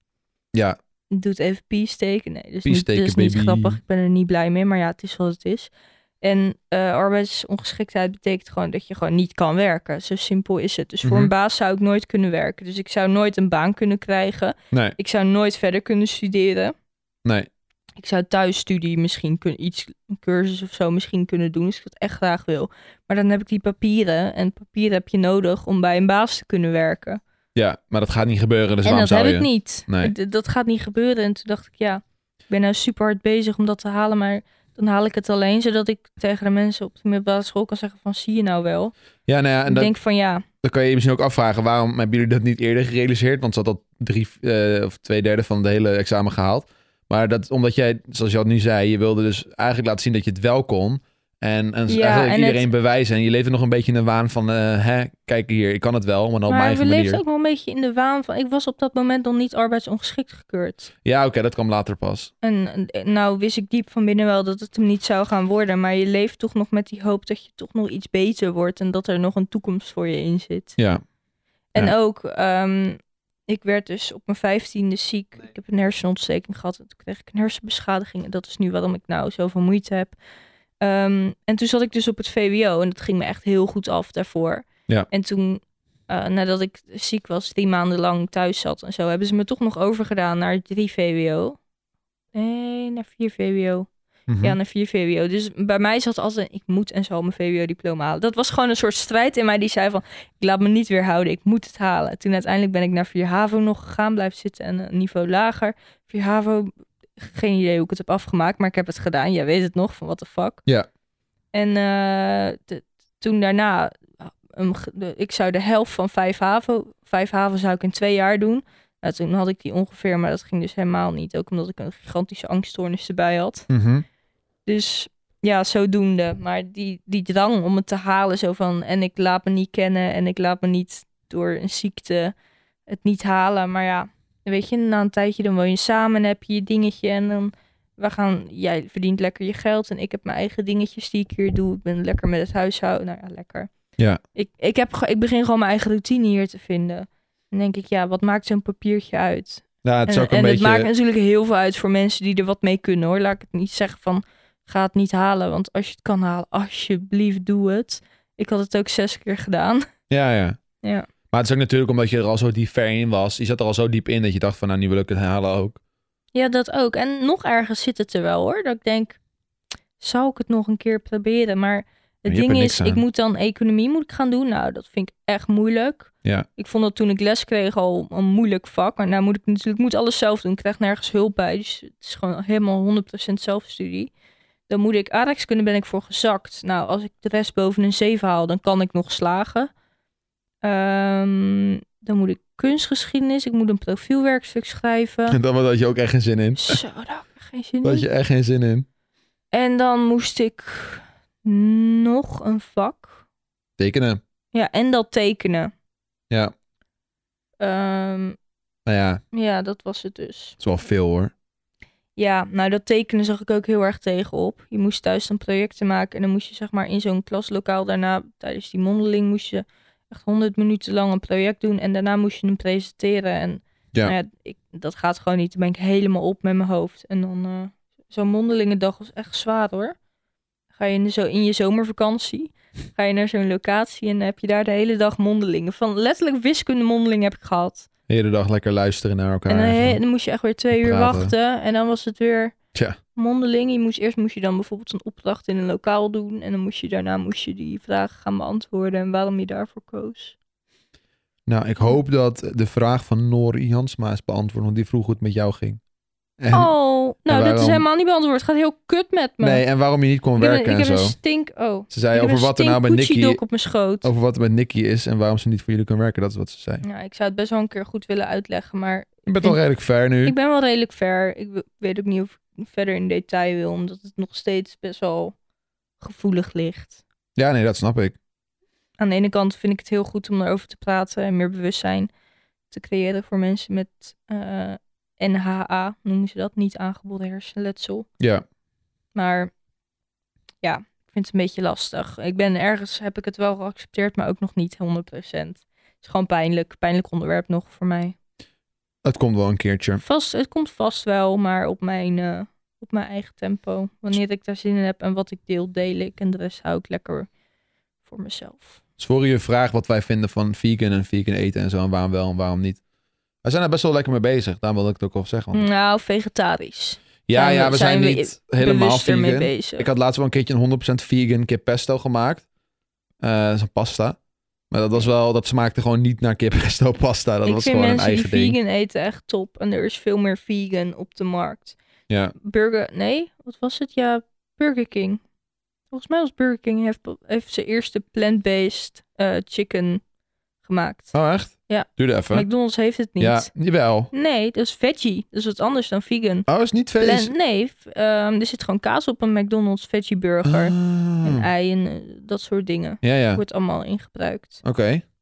S1: Ja,
S2: Doet even pie steken. Nee, dus
S1: Pie
S2: niet,
S1: steken,
S2: dus niet
S1: baby.
S2: grappig. Ik ben er niet blij mee, maar ja, het is wat het is. En eh, arbeidsongeschiktheid betekent gewoon dat je gewoon niet kan werken. Zo simpel is het. Dus voor
S1: Mhm.
S2: een baas zou ik nooit kunnen werken. Dus ik zou nooit een baan kunnen krijgen.
S1: Nee,
S2: Ik zou nooit verder kunnen studeren.
S1: nee.
S2: Ik zou thuisstudie misschien kunnen, iets, een cursus of zo misschien kunnen doen, als ik dat echt graag wil. Maar dan heb ik die papieren en papieren heb je nodig om bij een baas te kunnen werken.
S1: Ja, maar dat gaat niet gebeuren, dus
S2: en
S1: waarom
S2: dat
S1: zou
S2: heb
S1: je?
S2: ik niet.
S1: Nee.
S2: D- dat gaat niet gebeuren. En toen dacht ik, ja, ik ben nou super hard bezig om dat te halen, maar dan haal ik het alleen zodat ik tegen de mensen op de middelbare school kan zeggen van, zie je nou wel?
S1: Ja, nou ja, en
S2: ik
S1: dat,
S2: denk van, ja,
S1: dan kan je je misschien ook afvragen... waarom hebben jullie dat niet eerder gerealiseerd? Want ze had al drie eh, of twee derde van de hele examen gehaald. Maar dat omdat jij, zoals je al nu zei... je wilde dus eigenlijk laten zien dat je het wel kon... En, en
S2: Ja,
S1: eigenlijk
S2: en
S1: iedereen bewijzen. En je leefde nog een beetje in de waan van... eh, hè, kijk hier, ik kan het wel, maar dan op
S2: maar
S1: mijn
S2: we
S1: manier.
S2: leefden ook wel een beetje in de waan van, ik was op dat moment nog niet arbeidsongeschikt gekeurd.
S1: Ja, oké, dat kwam later pas.
S2: En eh, nou wist ik diep van binnen wel dat het hem niet zou gaan worden. Maar je leeft toch nog met die hoop dat je toch nog iets beter wordt. En dat er nog een toekomst voor je in zit.
S1: Ja.
S2: En
S1: Ja.
S2: ook, ehm, ik werd dus op mijn vijftiende ziek. Ik heb een hersenontsteking gehad. En toen kreeg ik een hersenbeschadiging. En dat is nu waarom ik nou zoveel moeite heb. Ehm, en toen zat ik dus op het VWO. En dat ging me echt heel goed af daarvoor.
S1: Ja.
S2: En toen, eh, nadat ik ziek was, drie maanden lang thuis zat en zo... hebben ze me toch nog overgedaan naar drie VWO. Nee, naar vier VWO.
S1: Mhm.
S2: Ja, naar vier VWO. Dus bij mij zat altijd, ik moet en zal mijn VWO-diploma halen. Dat was gewoon een soort strijd in mij die zei van, ik laat me niet weerhouden, ik moet het halen. Toen uiteindelijk ben ik naar 4 HAVO nog gegaan, blijf zitten en een niveau lager. 4 HAVO, geen idee hoe ik het heb afgemaakt, maar ik heb het gedaan. Jij weet het nog, van what the fuck.
S1: Ja.
S2: En eh, de- toen daarna, een ge- de- ik zou de helft van 5 HAVO, 5 HAVO zou ik in twee jaar doen. Nou, toen had ik die ongeveer, maar dat ging dus helemaal niet. Ook omdat ik een gigantische angststoornis erbij had.
S1: Mhm.
S2: Dus ja, zodoende. Maar die, die drang om het te halen, zo van en ik laat me niet kennen en ik laat me niet door een ziekte het niet halen. Maar ja, weet je, na een tijdje dan woon je samen en heb je je dingetje en dan we gaan, jij verdient lekker je geld en ik heb mijn eigen dingetjes die ik hier doe. Ik ben lekker met het huishouden. Nou ja, lekker.
S1: Ja.
S2: Ik, ik, heb, ge- ik begin gewoon mijn eigen routine hier te vinden. Dan denk ik, ja, wat maakt zo'n papiertje uit?
S1: Ja, het is
S2: en
S1: ook een
S2: en
S1: beetje...
S2: het maakt natuurlijk heel veel uit voor mensen die er wat mee kunnen hoor. Laat ik het niet zeggen van ga het niet halen. Want als je het kan halen, alsjeblieft doe het. Ik had het ook zes keer gedaan.
S1: Ja, ja.
S2: Ja.
S1: Maar het is ook natuurlijk omdat je er al zo diep ver in was. Je zat er al zo diep in dat je dacht van, nou, nu wil ik het halen ook.
S2: Ja, dat ook. En nog ergens zit het er wel hoor. Dat ik denk, zou ik het nog een keer proberen? Maar
S1: je
S2: het
S1: hebt
S2: ding
S1: er niks
S2: is,
S1: aan.
S2: ik moet dan economie moet ik gaan doen. Nou, dat vind ik echt moeilijk.
S1: Ja.
S2: Ik vond dat toen ik les kreeg al een moeilijk vak. Maar nou moet ik natuurlijk ik moet alles zelf doen. Ik krijg nergens hulp bij. Dus het is gewoon helemaal 100% zelfstudie. Dan moet ik aardrijkskunde ben ik voor gezakt. Nou, als ik de rest boven een 7 haal, dan kan ik nog slagen. Ehm, dan moet ik kunstgeschiedenis. Ik moet een profielwerkstuk schrijven.
S1: En dan had je ook echt geen zin in.
S2: Zo, daar had ik geen zin
S1: Daar
S2: in.
S1: had je echt geen zin in.
S2: En dan moest ik nog een vak.
S1: Tekenen.
S2: Ja, en dat tekenen.
S1: Ja.
S2: Ehm,
S1: Nou ja, het
S2: ja, dat was het dus.
S1: is wel veel hoor.
S2: Ja, nou dat tekenen zag ik ook heel erg tegenop. Je moest thuis dan projecten maken en dan moest je zeg maar in zo'n klaslokaal daarna, tijdens die mondeling, moest je echt 100 minuten lang een project doen en daarna moest je hem presenteren. En
S1: Ja.
S2: nou ja, ik, dat gaat gewoon niet. Dan ben ik helemaal op met mijn hoofd. En dan eh, zo'n mondelingendag was echt zwaar hoor. Ga je in, de zo, in je zomervakantie, ga je naar zo'n locatie en dan heb je daar de hele dag mondelingen. Van letterlijk wiskunde mondeling heb ik gehad.
S1: De hele dag lekker luisteren naar elkaar.
S2: En eh, dan,
S1: en
S2: he-
S1: zo.
S2: dan moest je echt weer twee uur
S1: Praten.
S2: wachten. En dan was het weer
S1: Tja.
S2: mondeling. Je moest, eerst moest je dan bijvoorbeeld een opdracht in een lokaal doen. En dan moest je daarna moest je die vragen gaan beantwoorden. En waarom je daarvoor koos.
S1: Nou, ik hoop dat de vraag van Noor Jansma is beantwoord, want die vroeg hoe het met jou ging. En,
S2: oh, nou dat
S1: waarom-
S2: is helemaal niet beantwoord. Het gaat heel kut met me.
S1: nee, en waarom je niet kon
S2: ik heb, een-
S1: werken
S2: ik
S1: en
S2: heb
S1: zo.
S2: een stink... Oh.
S1: Ze zei
S2: ik heb
S1: over
S2: een
S1: wat er nou bij
S2: stink
S1: Nicky,
S2: koetsiedok op mijn schoot.
S1: over wat er met Nicky is en waarom ze niet voor jullie kan werken. Dat is wat ze zei.
S2: Nou, ik zou het best wel een keer goed willen uitleggen. Maar
S1: Je bent al redelijk ver nu.
S2: ik ben wel redelijk ver. Ik we- weet ook niet of ik verder in detail wil. Omdat het nog steeds best wel gevoelig ligt.
S1: Ja, nee, dat snap ik.
S2: aan de ene kant vind ik het heel goed om erover te praten en meer bewustzijn te creëren voor mensen met eh, NHA, noemen ze dat, niet aangeboren hersenletsel.
S1: Ja.
S2: Maar ja, ik vind het een beetje lastig. Ik ben ergens, heb ik het wel geaccepteerd, maar ook nog niet 100%. Het is gewoon pijnlijk, pijnlijk onderwerp nog voor mij.
S1: Het komt wel een keertje.
S2: Vast, het komt vast wel, maar op mijn, eh, op mijn eigen tempo. Wanneer ik daar zin in heb en wat ik deel, deel ik. En de rest hou ik lekker voor mezelf.
S1: Dus voor je vraag wat wij vinden van vegan en vegan eten en zo. En waarom wel en waarom niet. Wij zijn daar best wel lekker mee bezig. Daar wil ik het ook al zeggen. want-
S2: Nou, vegetarisch.
S1: ja,
S2: zijn
S1: ja,
S2: we-
S1: we zijn,
S2: zijn we
S1: niet helemaal
S2: Bewust ermee
S1: vegan.
S2: bezig.
S1: Ik had laatst wel een keertje een 100% vegan kip pesto gemaakt. Eh, dat is een pasta. Maar dat was wel, dat smaakte gewoon niet naar kip pesto pasta. Dat
S2: ik
S1: was
S2: vind
S1: gewoon een
S2: mensen
S1: eigen
S2: die
S1: ding.
S2: vegan eten echt top. En er is veel meer vegan op de markt.
S1: Ja.
S2: Burger, nee, wat was het? Ja, Burger King. Volgens mij was Burger King heeft, heeft zijn eerste plant-based eh, chicken gemaakt.
S1: Oh, echt?
S2: Ja.
S1: Duurde even.
S2: McDonald's heeft het niet.
S1: Ja, jawel.
S2: Nee, dat is veggie. Dat is wat anders dan vegan.
S1: Oh, is niet vlees?
S2: Plant, nee, v- ehm, er zit gewoon kaas op een McDonald's veggie burger. En
S1: Ah.
S2: ei en eh, dat soort dingen.
S1: Ja, ja. Oké.
S2: Wordt allemaal ingebruikt.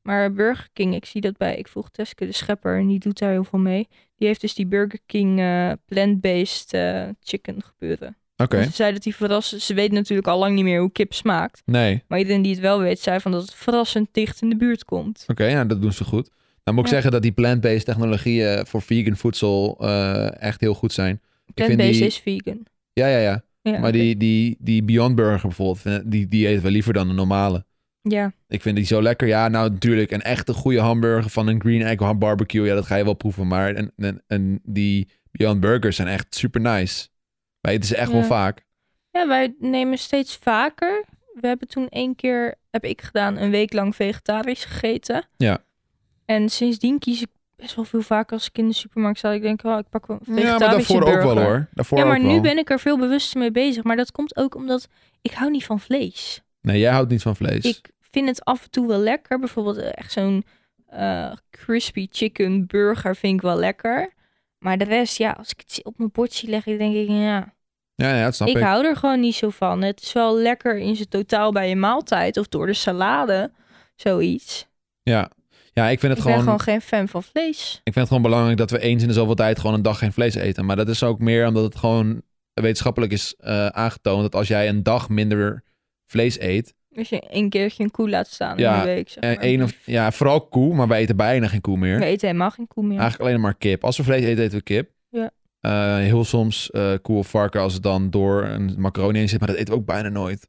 S2: Maar Burger King, ik zie dat bij. Ik vroeg Teske de schepper en die doet daar heel veel mee. Die heeft dus die Burger King eh, plant-based eh, chicken gebeuren.
S1: Oké.
S2: En Ze zei dat die verrassend. Ze weet natuurlijk al lang niet meer hoe kip smaakt.
S1: Nee.
S2: Maar iedereen die het wel weet, zei van dat het verrassend dicht in de buurt komt.
S1: Oké, nou, dat doen ze goed. Dan moet ik
S2: Ja.
S1: zeggen dat die plant-based technologieën voor vegan voedsel eh, echt heel goed zijn. vind
S2: Plant-based
S1: die-
S2: is vegan.
S1: Ja, ja, ja.
S2: Ja,
S1: Maar die, die, die Beyond Burger bijvoorbeeld, vind- die, die eten we liever dan de normale.
S2: Ja,
S1: Ik vind die zo lekker. Ja, nou natuurlijk, een echte goede hamburger van een Green Egg barbecue, ja, dat ga je wel proeven. Maar en, en, en die Beyond Burgers zijn echt super nice. Wij eten ze echt wel
S2: Ja.
S1: vaak.
S2: ja wij nemen steeds vaker. We hebben toen één keer, heb ik gedaan, een week lang vegetarisch gegeten.
S1: Ja.
S2: En sindsdien kies ik best wel veel vaker als ik in de supermarkt sta. Ik denk, oh, ik pak wel een
S1: Ja,
S2: vegetarische
S1: maar daarvoor
S2: burger.
S1: ook wel hoor. Daarvoor
S2: Ja, maar
S1: ook wel.
S2: nu ben ik er veel bewuster mee bezig. Maar dat komt ook omdat ik hou niet van vlees.
S1: Nee, jij houdt niet van vlees.
S2: Ik vind het af en toe wel lekker. Bijvoorbeeld eh, echt zo'n eh, crispy chicken burger vind ik wel lekker. Maar de rest, ja, als ik het op mijn bord zie leggen, denk ik, ja,
S1: Ja, ja, dat snap
S2: ik
S1: ik.
S2: hou er gewoon niet zo van. Het is wel lekker in zijn totaal bij je maaltijd of door de salade, zoiets.
S1: Ja. ja, ik vind
S2: Ik
S1: het
S2: ben
S1: gewoon...
S2: gewoon geen fan van vlees.
S1: Ik vind het gewoon belangrijk dat we eens in de zoveel tijd gewoon een dag geen vlees eten. Maar dat is ook meer omdat het gewoon wetenschappelijk is eh, aangetoond dat als jij een dag minder vlees eet.
S2: Als je één keertje een koe laat staan
S1: Ja,
S2: in de week, zeg
S1: En
S2: maar.
S1: één of, ja, vooral koe, maar wij eten bijna geen koe meer.
S2: We eten helemaal geen koe meer.
S1: Eigenlijk alleen maar kip. Als we vlees eten, eten we kip.
S2: Ja.
S1: Eh, heel soms eh, koe of varken als het dan door een macaroni heen zit. Maar dat eten we ook bijna nooit.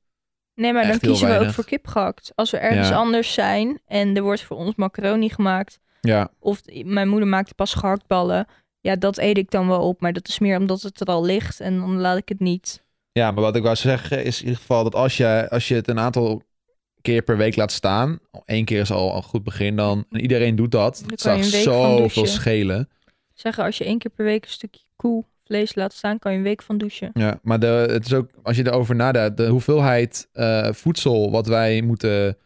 S2: Nee, maar dan
S1: Echt heel
S2: kiezen we ook
S1: weinig.
S2: voor kip gehakt. Als we ergens
S1: Ja.
S2: anders zijn en er wordt voor ons macaroni gemaakt.
S1: Ja,
S2: Of mijn moeder maakt pas gehaktballen. Ja, dat eet ik dan wel op. Maar dat is meer omdat het er al ligt en dan laat ik het niet.
S1: ja maar wat ik wou zeggen is in ieder geval dat als je, als je het een aantal keer per week laat staan. één keer is al een goed begin dan. En iedereen doet dat.
S2: Dan
S1: Het
S2: kan
S1: zou
S2: je een week van
S1: zoveel
S2: douchen.
S1: schelen.
S2: Zeggen, als je één keer per week een stukje koe vlees laat staan, kan je een week van douchen.
S1: Ja, maar de, het is ook, als je erover nadenkt, de hoeveelheid eh, voedsel wat wij moeten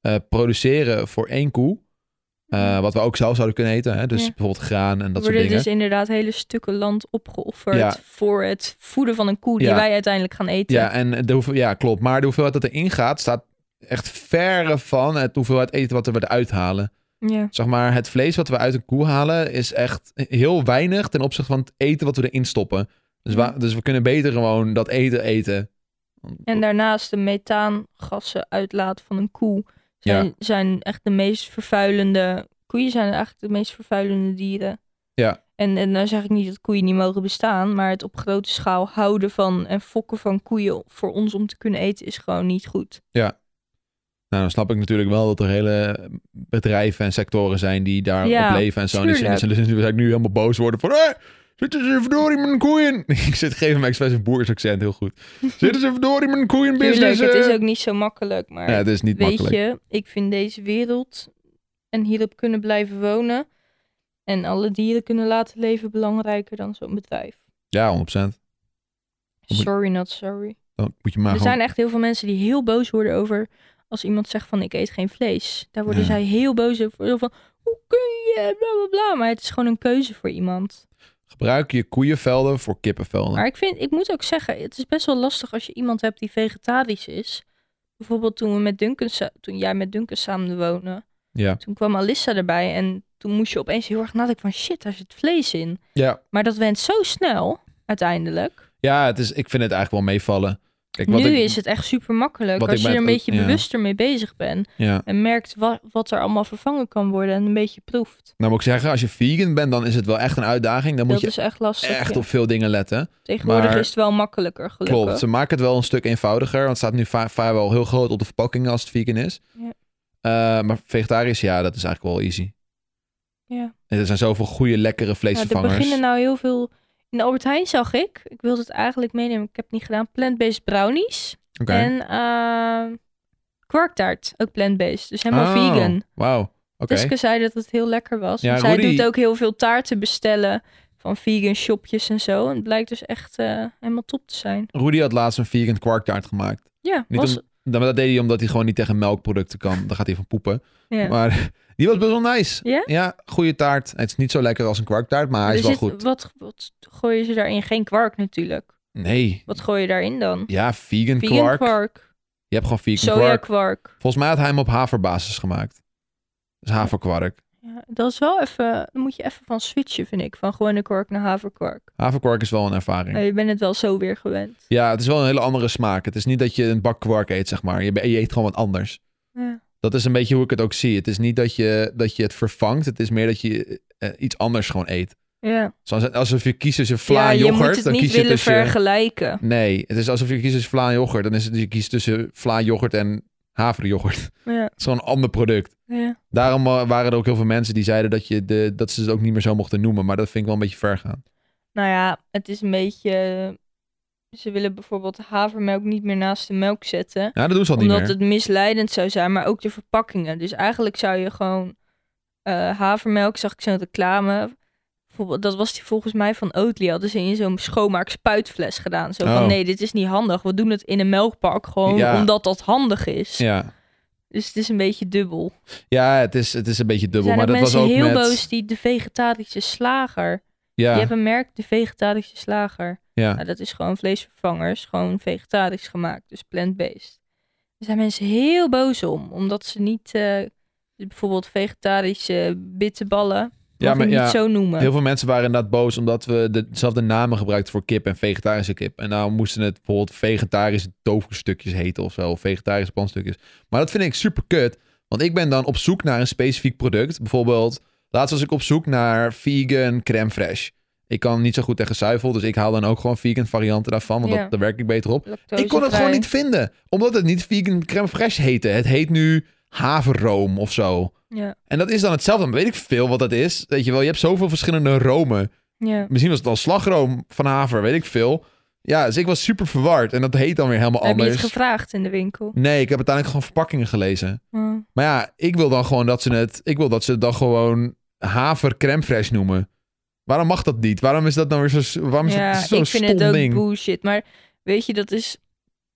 S1: eh, produceren voor één koe, eh, wat we ook zelf zouden kunnen eten, hè? dus
S2: Ja.
S1: bijvoorbeeld graan en dat
S2: er
S1: soort
S2: worden
S1: dingen.
S2: dus inderdaad hele stukken land opgeofferd
S1: Ja.
S2: voor het voeden van een koe die
S1: Ja.
S2: wij uiteindelijk gaan eten.
S1: Ja, en de hoeveel, ja, klopt. Maar de hoeveelheid dat erin gaat, staat echt verre van het hoeveelheid eten wat we eruit halen.
S2: Ja.
S1: Zeg maar, het vlees wat we uit een koe halen is echt heel weinig ten opzichte van het eten wat we erin stoppen. Dus, wa- dus we kunnen beter gewoon dat eten eten.
S2: Mm. En daarnaast de methaangassen uitlaat van een koe zijn, zijn echt de meest vervuilende. Koeien zijn eigenlijk de meest vervuilende dieren.
S1: Ja.
S2: En, en nou zeg ik niet dat koeien niet mogen bestaan, maar het op grote schaal houden van en fokken van koeien voor ons om te kunnen eten is gewoon niet goed.
S1: Nou, dan snap ik natuurlijk wel dat er hele bedrijven en sectoren zijn die daar
S2: Ja,
S1: op leven en zo. En die
S2: tuurlijk.
S1: zullen dus ik nu helemaal boos worden van... Hé, zitten ze verdorie met een koeien? ik zit geef hem expres een boersaccent, heel goed. Zitten ze verdorie met een koeien
S2: Tuurlijk,
S1: business?
S2: het is
S1: eh?
S2: ook niet zo makkelijk, maar
S1: Ja, het is niet
S2: weet
S1: makkelijk.
S2: je, ik vind deze wereld en hierop kunnen blijven wonen en alle dieren kunnen laten leven belangrijker dan zo'n bedrijf.
S1: Ja, 100%. Dan
S2: Sorry, not sorry.
S1: moet je maar
S2: Er
S1: gewoon...
S2: zijn echt heel veel mensen die heel boos worden over als iemand zegt van ik eet geen vlees. Daar worden
S1: Ja.
S2: zij heel boos over. Zo Van hoe kun je bla bla bla. Maar het is gewoon een keuze voor iemand.
S1: Gebruik je koeienvelden voor kippenvelden.
S2: Maar ik vind, ik moet ook zeggen, het is best wel lastig als je iemand hebt die vegetarisch is. Bijvoorbeeld toen we met Duncan, sa- toen jij met Duncan samen woonde,
S1: Ja.
S2: toen kwam Alissa erbij en toen moest je opeens heel erg nadenken van shit, daar zit vlees in.
S1: Ja.
S2: Maar dat went zo snel uiteindelijk.
S1: Ja, het is, ik vind het eigenlijk wel meevallen. Kijk,
S2: nu
S1: ik-
S2: is het echt super makkelijk
S1: wat
S2: als
S1: ik
S2: je
S1: bij
S2: er een
S1: het-
S2: beetje
S1: ja.
S2: bewuster mee bezig bent.
S1: Ja.
S2: En merkt wat, wat er allemaal vervangen kan worden en een beetje proeft.
S1: Nou moet ik zeggen, als je vegan bent, dan is het wel echt een uitdaging. Dan moet
S2: Dat
S1: je
S2: is echt lastig.
S1: echt
S2: ja.
S1: op veel dingen letten.
S2: Tegenwoordig
S1: maar-
S2: is het wel makkelijker gelukkig.
S1: Klopt, ze maken het wel een stuk eenvoudiger. Want het staat nu va- vaak wel heel groot op de verpakking als het vegan is.
S2: Ja.
S1: Eh, maar vegetarisch, ja, dat is eigenlijk wel easy.
S2: Ja.
S1: En er zijn zoveel goede, lekkere
S2: Ja, er
S1: vleesvervangers.
S2: beginnen nou heel veel... In de Albert Heijn zag ik, ik wilde het eigenlijk meenemen, ik heb het niet gedaan, plant-based brownies.
S1: Oké.
S2: En eh, kwarktaart, ook plant-based. Dus helemaal
S1: Oh,
S2: vegan. Dus
S1: Wauw, oké.
S2: Tiske zei dat het heel lekker was.
S1: Ja,
S2: Want zij
S1: Rudy-
S2: doet ook heel veel taarten bestellen van vegan shopjes en zo. En het blijkt dus echt eh, helemaal top te zijn.
S1: Rudy had laatst een vegan kwarktaart gemaakt.
S2: Ja,
S1: Niet
S2: was...
S1: om- Dan- maar dat deed hij omdat hij gewoon niet tegen melkproducten kan. Dan gaat hij van poepen.
S2: Ja.
S1: Maar die was best wel nice.
S2: Ja?
S1: goede taart. Het is niet zo lekker als een kwarktaart, maar hij
S2: Er
S1: Ah, is wel
S2: zit-
S1: goed.
S2: Wat, wat gooien ze daarin? Geen kwark natuurlijk.
S1: Nee.
S2: Wat gooi je daarin dan?
S1: Ja, vegan,
S2: Vegan
S1: kwark.
S2: kwark,
S1: Je hebt gewoon vegan kwark.
S2: sojakwark.
S1: Volgens mij had hij hem op haverbasis gemaakt. Dus haverkwark.
S2: Ja, dat is wel even... Daar moet je even van switchen, vind ik. Van gewone kwark naar haverkwark.
S1: Haverkwark is wel een ervaring.
S2: Nou, je bent het wel zo weer gewend.
S1: Ja, het is wel een hele andere smaak. Het is niet dat je een bak kwark eet, zeg maar. Je, be- je eet gewoon wat anders.
S2: Ja.
S1: Dat is een beetje hoe ik het ook zie. Het is niet dat je, dat je het vervangt. Het is meer dat je eh, iets anders gewoon eet.
S2: Ja.
S1: Zoals alsof je kiest tussen vla
S2: ja,
S1: en
S2: je
S1: yoghurt.
S2: moet het
S1: dan
S2: niet
S1: kies je
S2: willen
S1: tussen...
S2: vergelijken.
S1: Nee, het is alsof je kiest tussen vla en yoghurt. Dan is het, je kiest tussen vla yoghurt en haverjoghurt. Het
S2: Ja,
S1: is gewoon een ander product.
S2: ja.
S1: Daarom eh, waren er ook heel veel mensen die zeiden dat, je de, dat ze het ook niet meer zo mochten noemen. Maar dat vind ik wel een beetje ver gaan.
S2: Nou ja, het is een beetje. eh, Ze willen bijvoorbeeld havermelk niet meer naast de melk zetten.
S1: Ja, dat doen ze al niet
S2: Omdat
S1: meer.
S2: het misleidend zou zijn, maar ook de verpakkingen. Dus eigenlijk zou je gewoon eh, havermelk, zag ik zo'n reclame. Bijvoorbeeld, dat was die volgens mij van Oatly. Hadden ze in zo'n schoonmaak spuitfles gedaan. Zo
S1: Oh.
S2: van nee, dit is niet handig. We doen het in een melkpak gewoon
S1: Ja.
S2: omdat dat handig is.
S1: Ja,
S2: Dus het is een beetje dubbel.
S1: ja het, is, het is een beetje dubbel.
S2: zijn
S1: maar
S2: er
S1: dat was
S2: mensen
S1: ook
S2: heel
S1: met...
S2: boos die de vegetarische slager.
S1: Ja,
S2: Je hebt een merk, de vegetarische slager.
S1: ja.
S2: Nou, dat is gewoon vleesvervangers, gewoon vegetarisch gemaakt, dus plant-based. Daar zijn mensen heel boos om, omdat ze niet eh, bijvoorbeeld vegetarische bitterballen
S1: ja,
S2: ja,
S1: maar,
S2: niet
S1: ja,
S2: zo noemen.
S1: Heel veel mensen waren inderdaad boos omdat we de- dezelfde namen gebruikten voor kip en vegetarische kip. En nou moesten het bijvoorbeeld vegetarische tofu-stukjes heten of zo, of vegetarische panstukjes. Maar dat vind ik super kut, want ik ben dan op zoek naar een specifiek product. Bijvoorbeeld, laatst was ik op zoek naar vegan crème fraîche. Ik kan niet zo goed tegen zuivel, dus ik haal dan ook gewoon vegan varianten daarvan, want
S2: Ja.
S1: dat, daar werk ik beter op.
S2: Lactosevrij.
S1: ik kon het gewoon niet vinden, omdat het niet vegan crème fraîche heette. Het heet nu haverroom of zo.
S2: Ja,
S1: En dat is dan hetzelfde. Dan weet ik veel wat dat is. Weet je wel, je hebt zoveel verschillende romen.
S2: ja.
S1: Misschien was het al slagroom van haver, weet ik veel. Ja, dus ik was super verward. En dat heet dan weer helemaal
S2: Heb je het
S1: anders.
S2: gevraagd in de winkel?
S1: nee, ik heb uiteindelijk gewoon verpakkingen gelezen.
S2: Oh,
S1: Maar ja, ik wil dan gewoon dat ze het... Ik wil dat ze het dan gewoon haver crème fraîche noemen. Waarom mag dat niet? Waarom is dat nou weer zo, waarom is
S2: ja,
S1: dat zo'n
S2: ik vind het
S1: stom
S2: ook
S1: ding?
S2: bullshit, maar weet je, dat is...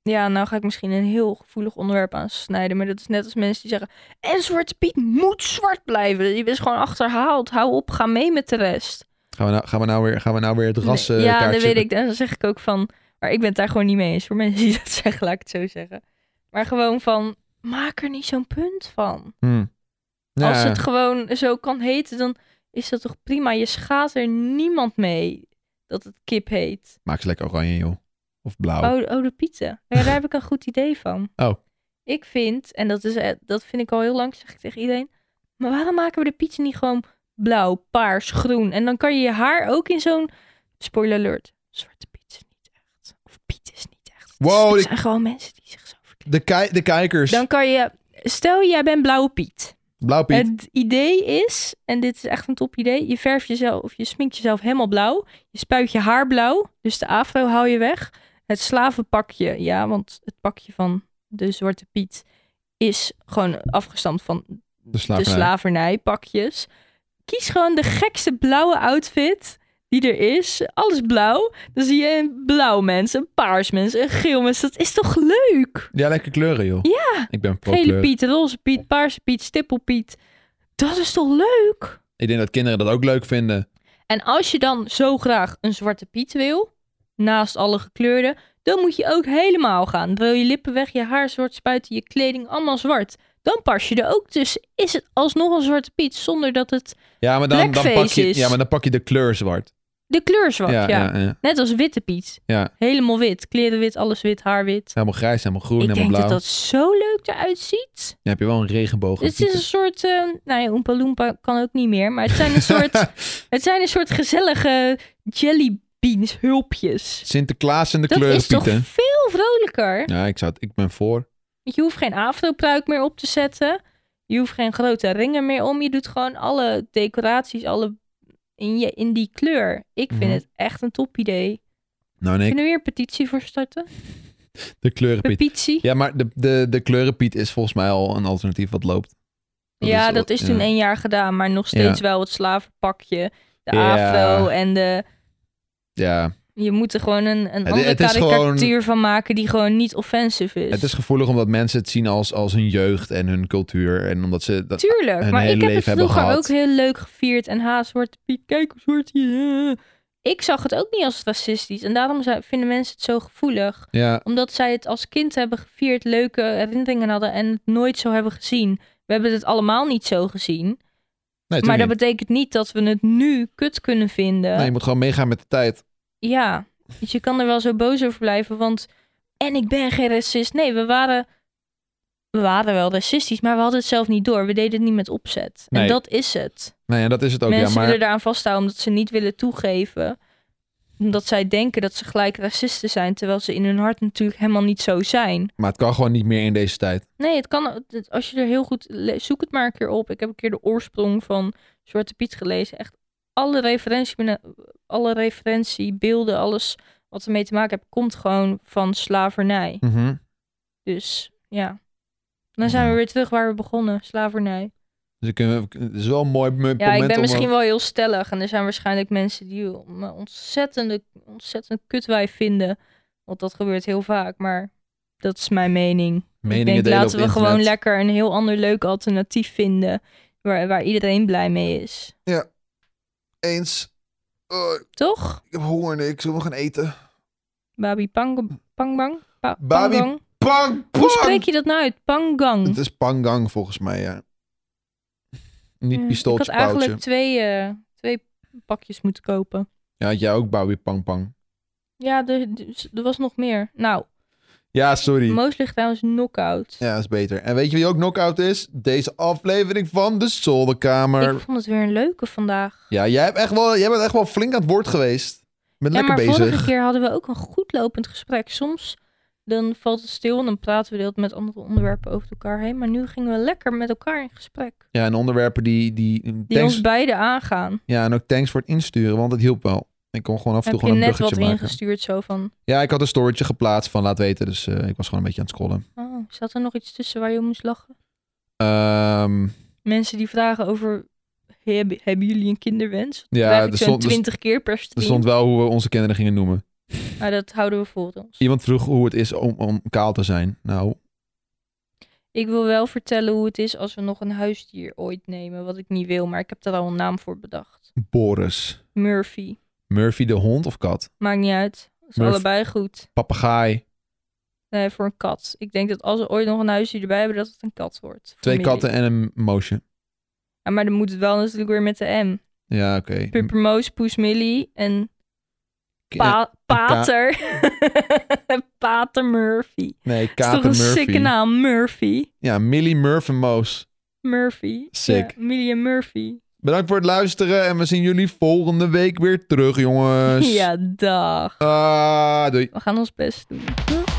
S2: Ja, nou ga ik misschien een heel gevoelig onderwerp aansnijden, maar dat is net als mensen die zeggen... En Zwarte Piet moet zwart blijven. Die is gewoon achterhaald. Hou op, ga mee met de rest.
S1: Gaan, we nou, gaan, we nou weer, gaan we nou weer het ras
S2: Nee,
S1: eh,
S2: Ja, dat
S1: kaartje-
S2: weet ik. En dan zeg ik ook van... Maar ik ben het daar gewoon niet mee eens. Voor mensen die dat zeggen, laat ik het zo zeggen. Maar gewoon van... Maak er niet zo'n punt van.
S1: Hmm. Ja,
S2: Als het gewoon zo kan heten, dan is dat toch prima. Je schaadt er niemand mee dat het kip heet.
S1: Maak ze lekker oranje, joh. Of blauw.
S2: Oh, oh de pieten. Ja, daar heb ik een goed idee van.
S1: Oh.
S2: Ik vind, en dat, is, eh, dat vind ik al heel lang, zeg ik tegen iedereen... Maar waarom maken we de pieten niet gewoon blauw, paars, groen? En dan kan je je haar ook in zo'n... Spoiler alert. Zwarte piet is niet echt. Of piet is niet echt. Het
S1: Wow,
S2: is-
S1: ik- Dus-
S2: het zijn gewoon mensen die zich zo verkleden.
S1: De, kij- de kijkers.
S2: Dan kan je... Stel, jij bent blauwe piet.
S1: Blauw Piet.
S2: Het idee is, en dit is echt een top idee, je verft jezelf, of je sminkt jezelf helemaal blauw. Je spuit je haar blauw, dus de afro hou je weg. Het slavenpakje, ja, want het pakje van de Zwarte Piet is gewoon afgestamd van
S1: de slaap.
S2: de slavernijpakjes. Kies gewoon de gekste blauwe outfit die er is. Alles blauw. Dan zie je een blauw mens, een paars mens, een geel mens. Dat is toch leuk?
S1: Ja, lekker kleuren, joh. Ja. Ik ben pro
S2: Gele
S1: kleur.
S2: Piet, roze Piet, paarse Piet, stippelpiet. Dat is toch leuk?
S1: Ik denk dat kinderen dat ook leuk vinden.
S2: En als je dan zo graag een zwarte piet wil, naast alle gekleurde, dan moet je ook helemaal gaan. Wil je lippen weg, je haar zwart spuiten, je kleding allemaal zwart. Dan pas je er ook tussen. Is het alsnog een zwarte piet zonder dat het...
S1: Ja, maar dan, dan
S2: Blackface
S1: pak je,
S2: is-
S1: ja, maar dan pak je de kleur zwart.
S2: De kleur zwart, ja.
S1: ja, ja, ja.
S2: Net als witte Piet.
S1: Ja.
S2: Helemaal wit. Kleren wit, alles wit, haar wit.
S1: Helemaal grijs, helemaal groen,
S2: Ik denk
S1: helemaal blauw.
S2: dat dat zo leuk eruit ziet.
S1: Dan heb je wel een regenboog. aan
S2: Het is een
S1: Pieter.
S2: soort, eh nou ja, Oompa Loompa kan ook niet meer, maar het zijn een soort, het zijn een soort gezellige jellybeans hulpjes.
S1: Sinterklaas en de
S2: Dat is toch
S1: kleurenpieten.
S2: veel vrolijker?
S1: Ja, ik, zou het, ik ben voor.
S2: Je hoeft geen afropruik meer op te zetten. Je hoeft geen grote ringen meer om. Je doet gewoon alle decoraties alle in, je, in die kleur. Ik vind
S1: Mhm.
S2: het echt een top idee.
S1: Nou nee,
S2: Kunnen we weer een petitie voor starten?
S1: de kleurenpiet.
S2: Petitie?
S1: Ja, maar de, de, de kleurenpiet is volgens mij al een alternatief wat loopt.
S2: Ja, dat is toen
S1: ja.
S2: één jaar gedaan, maar nog steeds wel het slavenpakje. De
S1: Ja.
S2: afro en de...
S1: Ja,
S2: Je moet er gewoon een, een
S1: Het-
S2: andere
S1: het is gewoon-
S2: karikatuur van maken die gewoon niet offensief is.
S1: het is gevoelig omdat mensen het zien als, als hun jeugd en hun cultuur. En omdat ze... Dat,
S2: Tuurlijk,
S1: hun
S2: maar
S1: hele
S2: ik heb het
S1: leven hebben
S2: vroeger
S1: gehad.
S2: ook heel leuk gevierd. En ha, Zwarte Piet, kijk hoe zwart hij is. Ik zag het ook niet als racistisch. En daarom zijn- vinden mensen het zo gevoelig.
S1: ja,
S2: Omdat zij het als kind hebben gevierd, leuke herinneringen hadden en het nooit zo hebben gezien. We hebben het allemaal niet zo gezien.
S1: nee,
S2: maar
S1: maar
S2: dat betekent niet dat we het nu kut kunnen vinden.
S1: je moet gewoon meegaan met de tijd.
S2: Ja, dus je kan er wel zo boos over blijven, want... En ik ben geen racist. Nee, we waren... We waren wel racistisch, maar we hadden het zelf niet door. We deden het niet met opzet. En
S1: Nee.
S2: dat is het.
S1: Nou ja, dat is het ook.
S2: Mensen
S1: ja, maar...
S2: willen eraan vasthouden omdat ze niet willen toegeven. Omdat zij denken dat ze gelijk racisten zijn, terwijl ze in hun hart natuurlijk helemaal niet zo zijn.
S1: Maar het kan gewoon niet meer in deze tijd.
S2: Nee, het kan, het- als je er heel goed, le- zoek het maar een keer op. Ik heb een keer de oorsprong van Zwarte Piet gelezen. Echt alle, referentie, alle referentiebeelden, alles wat ermee te maken heeft, komt gewoon van slavernij.
S1: Mhm.
S2: Dus ja, dan zijn we
S1: Ja.
S2: weer terug waar we begonnen, slavernij.
S1: Dus ik, kunnen we- het is wel een mooi mo- moment
S2: Ja, ik ben
S1: om- eh,
S2: misschien wel heel stellig. En er zijn waarschijnlijk mensen die me ontzettende, ontzettend kutwijf vinden. Want dat gebeurt heel vaak. Maar dat is mijn mening.
S1: meningen
S2: ik denk,
S1: delen op
S2: laten we
S1: internet.
S2: gewoon lekker een heel ander leuk alternatief vinden. Waar, waar iedereen blij mee is.
S1: Eens. Oh,
S2: Toch?
S1: ik heb honger, nee. Ik zal nog gaan eten.
S2: Babi pang, pangbang? Pa-
S1: Babi
S2: pangang?
S1: Pang,
S2: Hoe spreek je dat nou uit? Pangang.
S1: Het is pangang volgens mij, ja. Niet
S2: Ja, Ik had
S1: pistooltje,
S2: eigenlijk
S1: pauwtje.
S2: twee, eh, twee pakjes moeten kopen.
S1: Ja, had jij ook Bowie Pang Pang.
S2: Ja, er, dus, er- er was nog meer. Nou,
S1: Ja, sorry.
S2: Moos ligt trouwens knock-out.
S1: ja, is beter. En weet je wie ook knock-out is? Deze aflevering van de Zolderkamer.
S2: Ik vond het weer een leuke vandaag.
S1: Ja, jij, hebt echt wel, jij bent echt wel flink aan het woord geweest. Ik ben
S2: Ja, maar
S1: lekker bezig.
S2: vorige keer hadden we ook een goed lopend gesprek. Soms dan valt het stil en dan praten we de hele tijd met andere onderwerpen over elkaar heen. Maar nu gingen we lekker met elkaar in gesprek.
S1: Ja, en onderwerpen die... die,
S2: Die
S1: thanks-
S2: ons beiden aangaan.
S1: Ja, en ook thanks voor het insturen, want het hielp wel. Ik kon gewoon af en toe
S2: Heb je
S1: gewoon een
S2: net
S1: bruggetje
S2: wat
S1: maken.
S2: ingestuurd zo van...
S1: Ja, ik had een storytje geplaatst van laat weten, dus eh, ik was gewoon een beetje aan het scrollen.
S2: Oh, zat er nog iets tussen waar je om moest lachen?
S1: Ehm,
S2: Mensen die vragen over... Hebben, hebben jullie een kinderwens?
S1: Ja,
S2: Ja, krijg
S1: er
S2: ik zo'n
S1: stond- er
S2: 20 keer per
S1: er
S2: stream.
S1: stond wel hoe we onze kinderen gingen noemen.
S2: Maar dat houden we voor ons.
S1: Iemand vroeg hoe het is om, om kaal te zijn. Nou,
S2: Ik wil wel vertellen hoe het is als we nog een huisdier ooit nemen. Wat ik niet wil, maar ik heb daar al een naam voor bedacht.
S1: Boris.
S2: Murphy.
S1: Murphy de hond of kat?
S2: Maakt niet uit. Dat is
S1: Murph.
S2: allebei goed.
S1: Papegaai.
S2: Nee, voor een kat. Ik denk dat als we ooit nog een huisdier erbij hebben, dat het een kat wordt. Voor
S1: Twee
S2: Millie.
S1: katten en een moosje.
S2: Ja, maar dan moet het wel natuurlijk weer met de M.
S1: Ja, oké.
S2: Puppermoos, Poes Millie en
S1: K- eh,
S2: pa Pater. Pater Murphy.
S1: Nee,
S2: Dat is
S1: kater
S2: toch een sikke
S1: Murphy.
S2: naam, Murphy.
S1: Ja, Millie, Murph en Moos.
S2: Murphy.
S1: Sick.
S2: Ja, Millie en Murphy.
S1: Bedankt voor het luisteren en we zien jullie volgende week weer terug, jongens.
S2: Ja, dag.
S1: Ah, doei.
S2: We gaan ons best doen.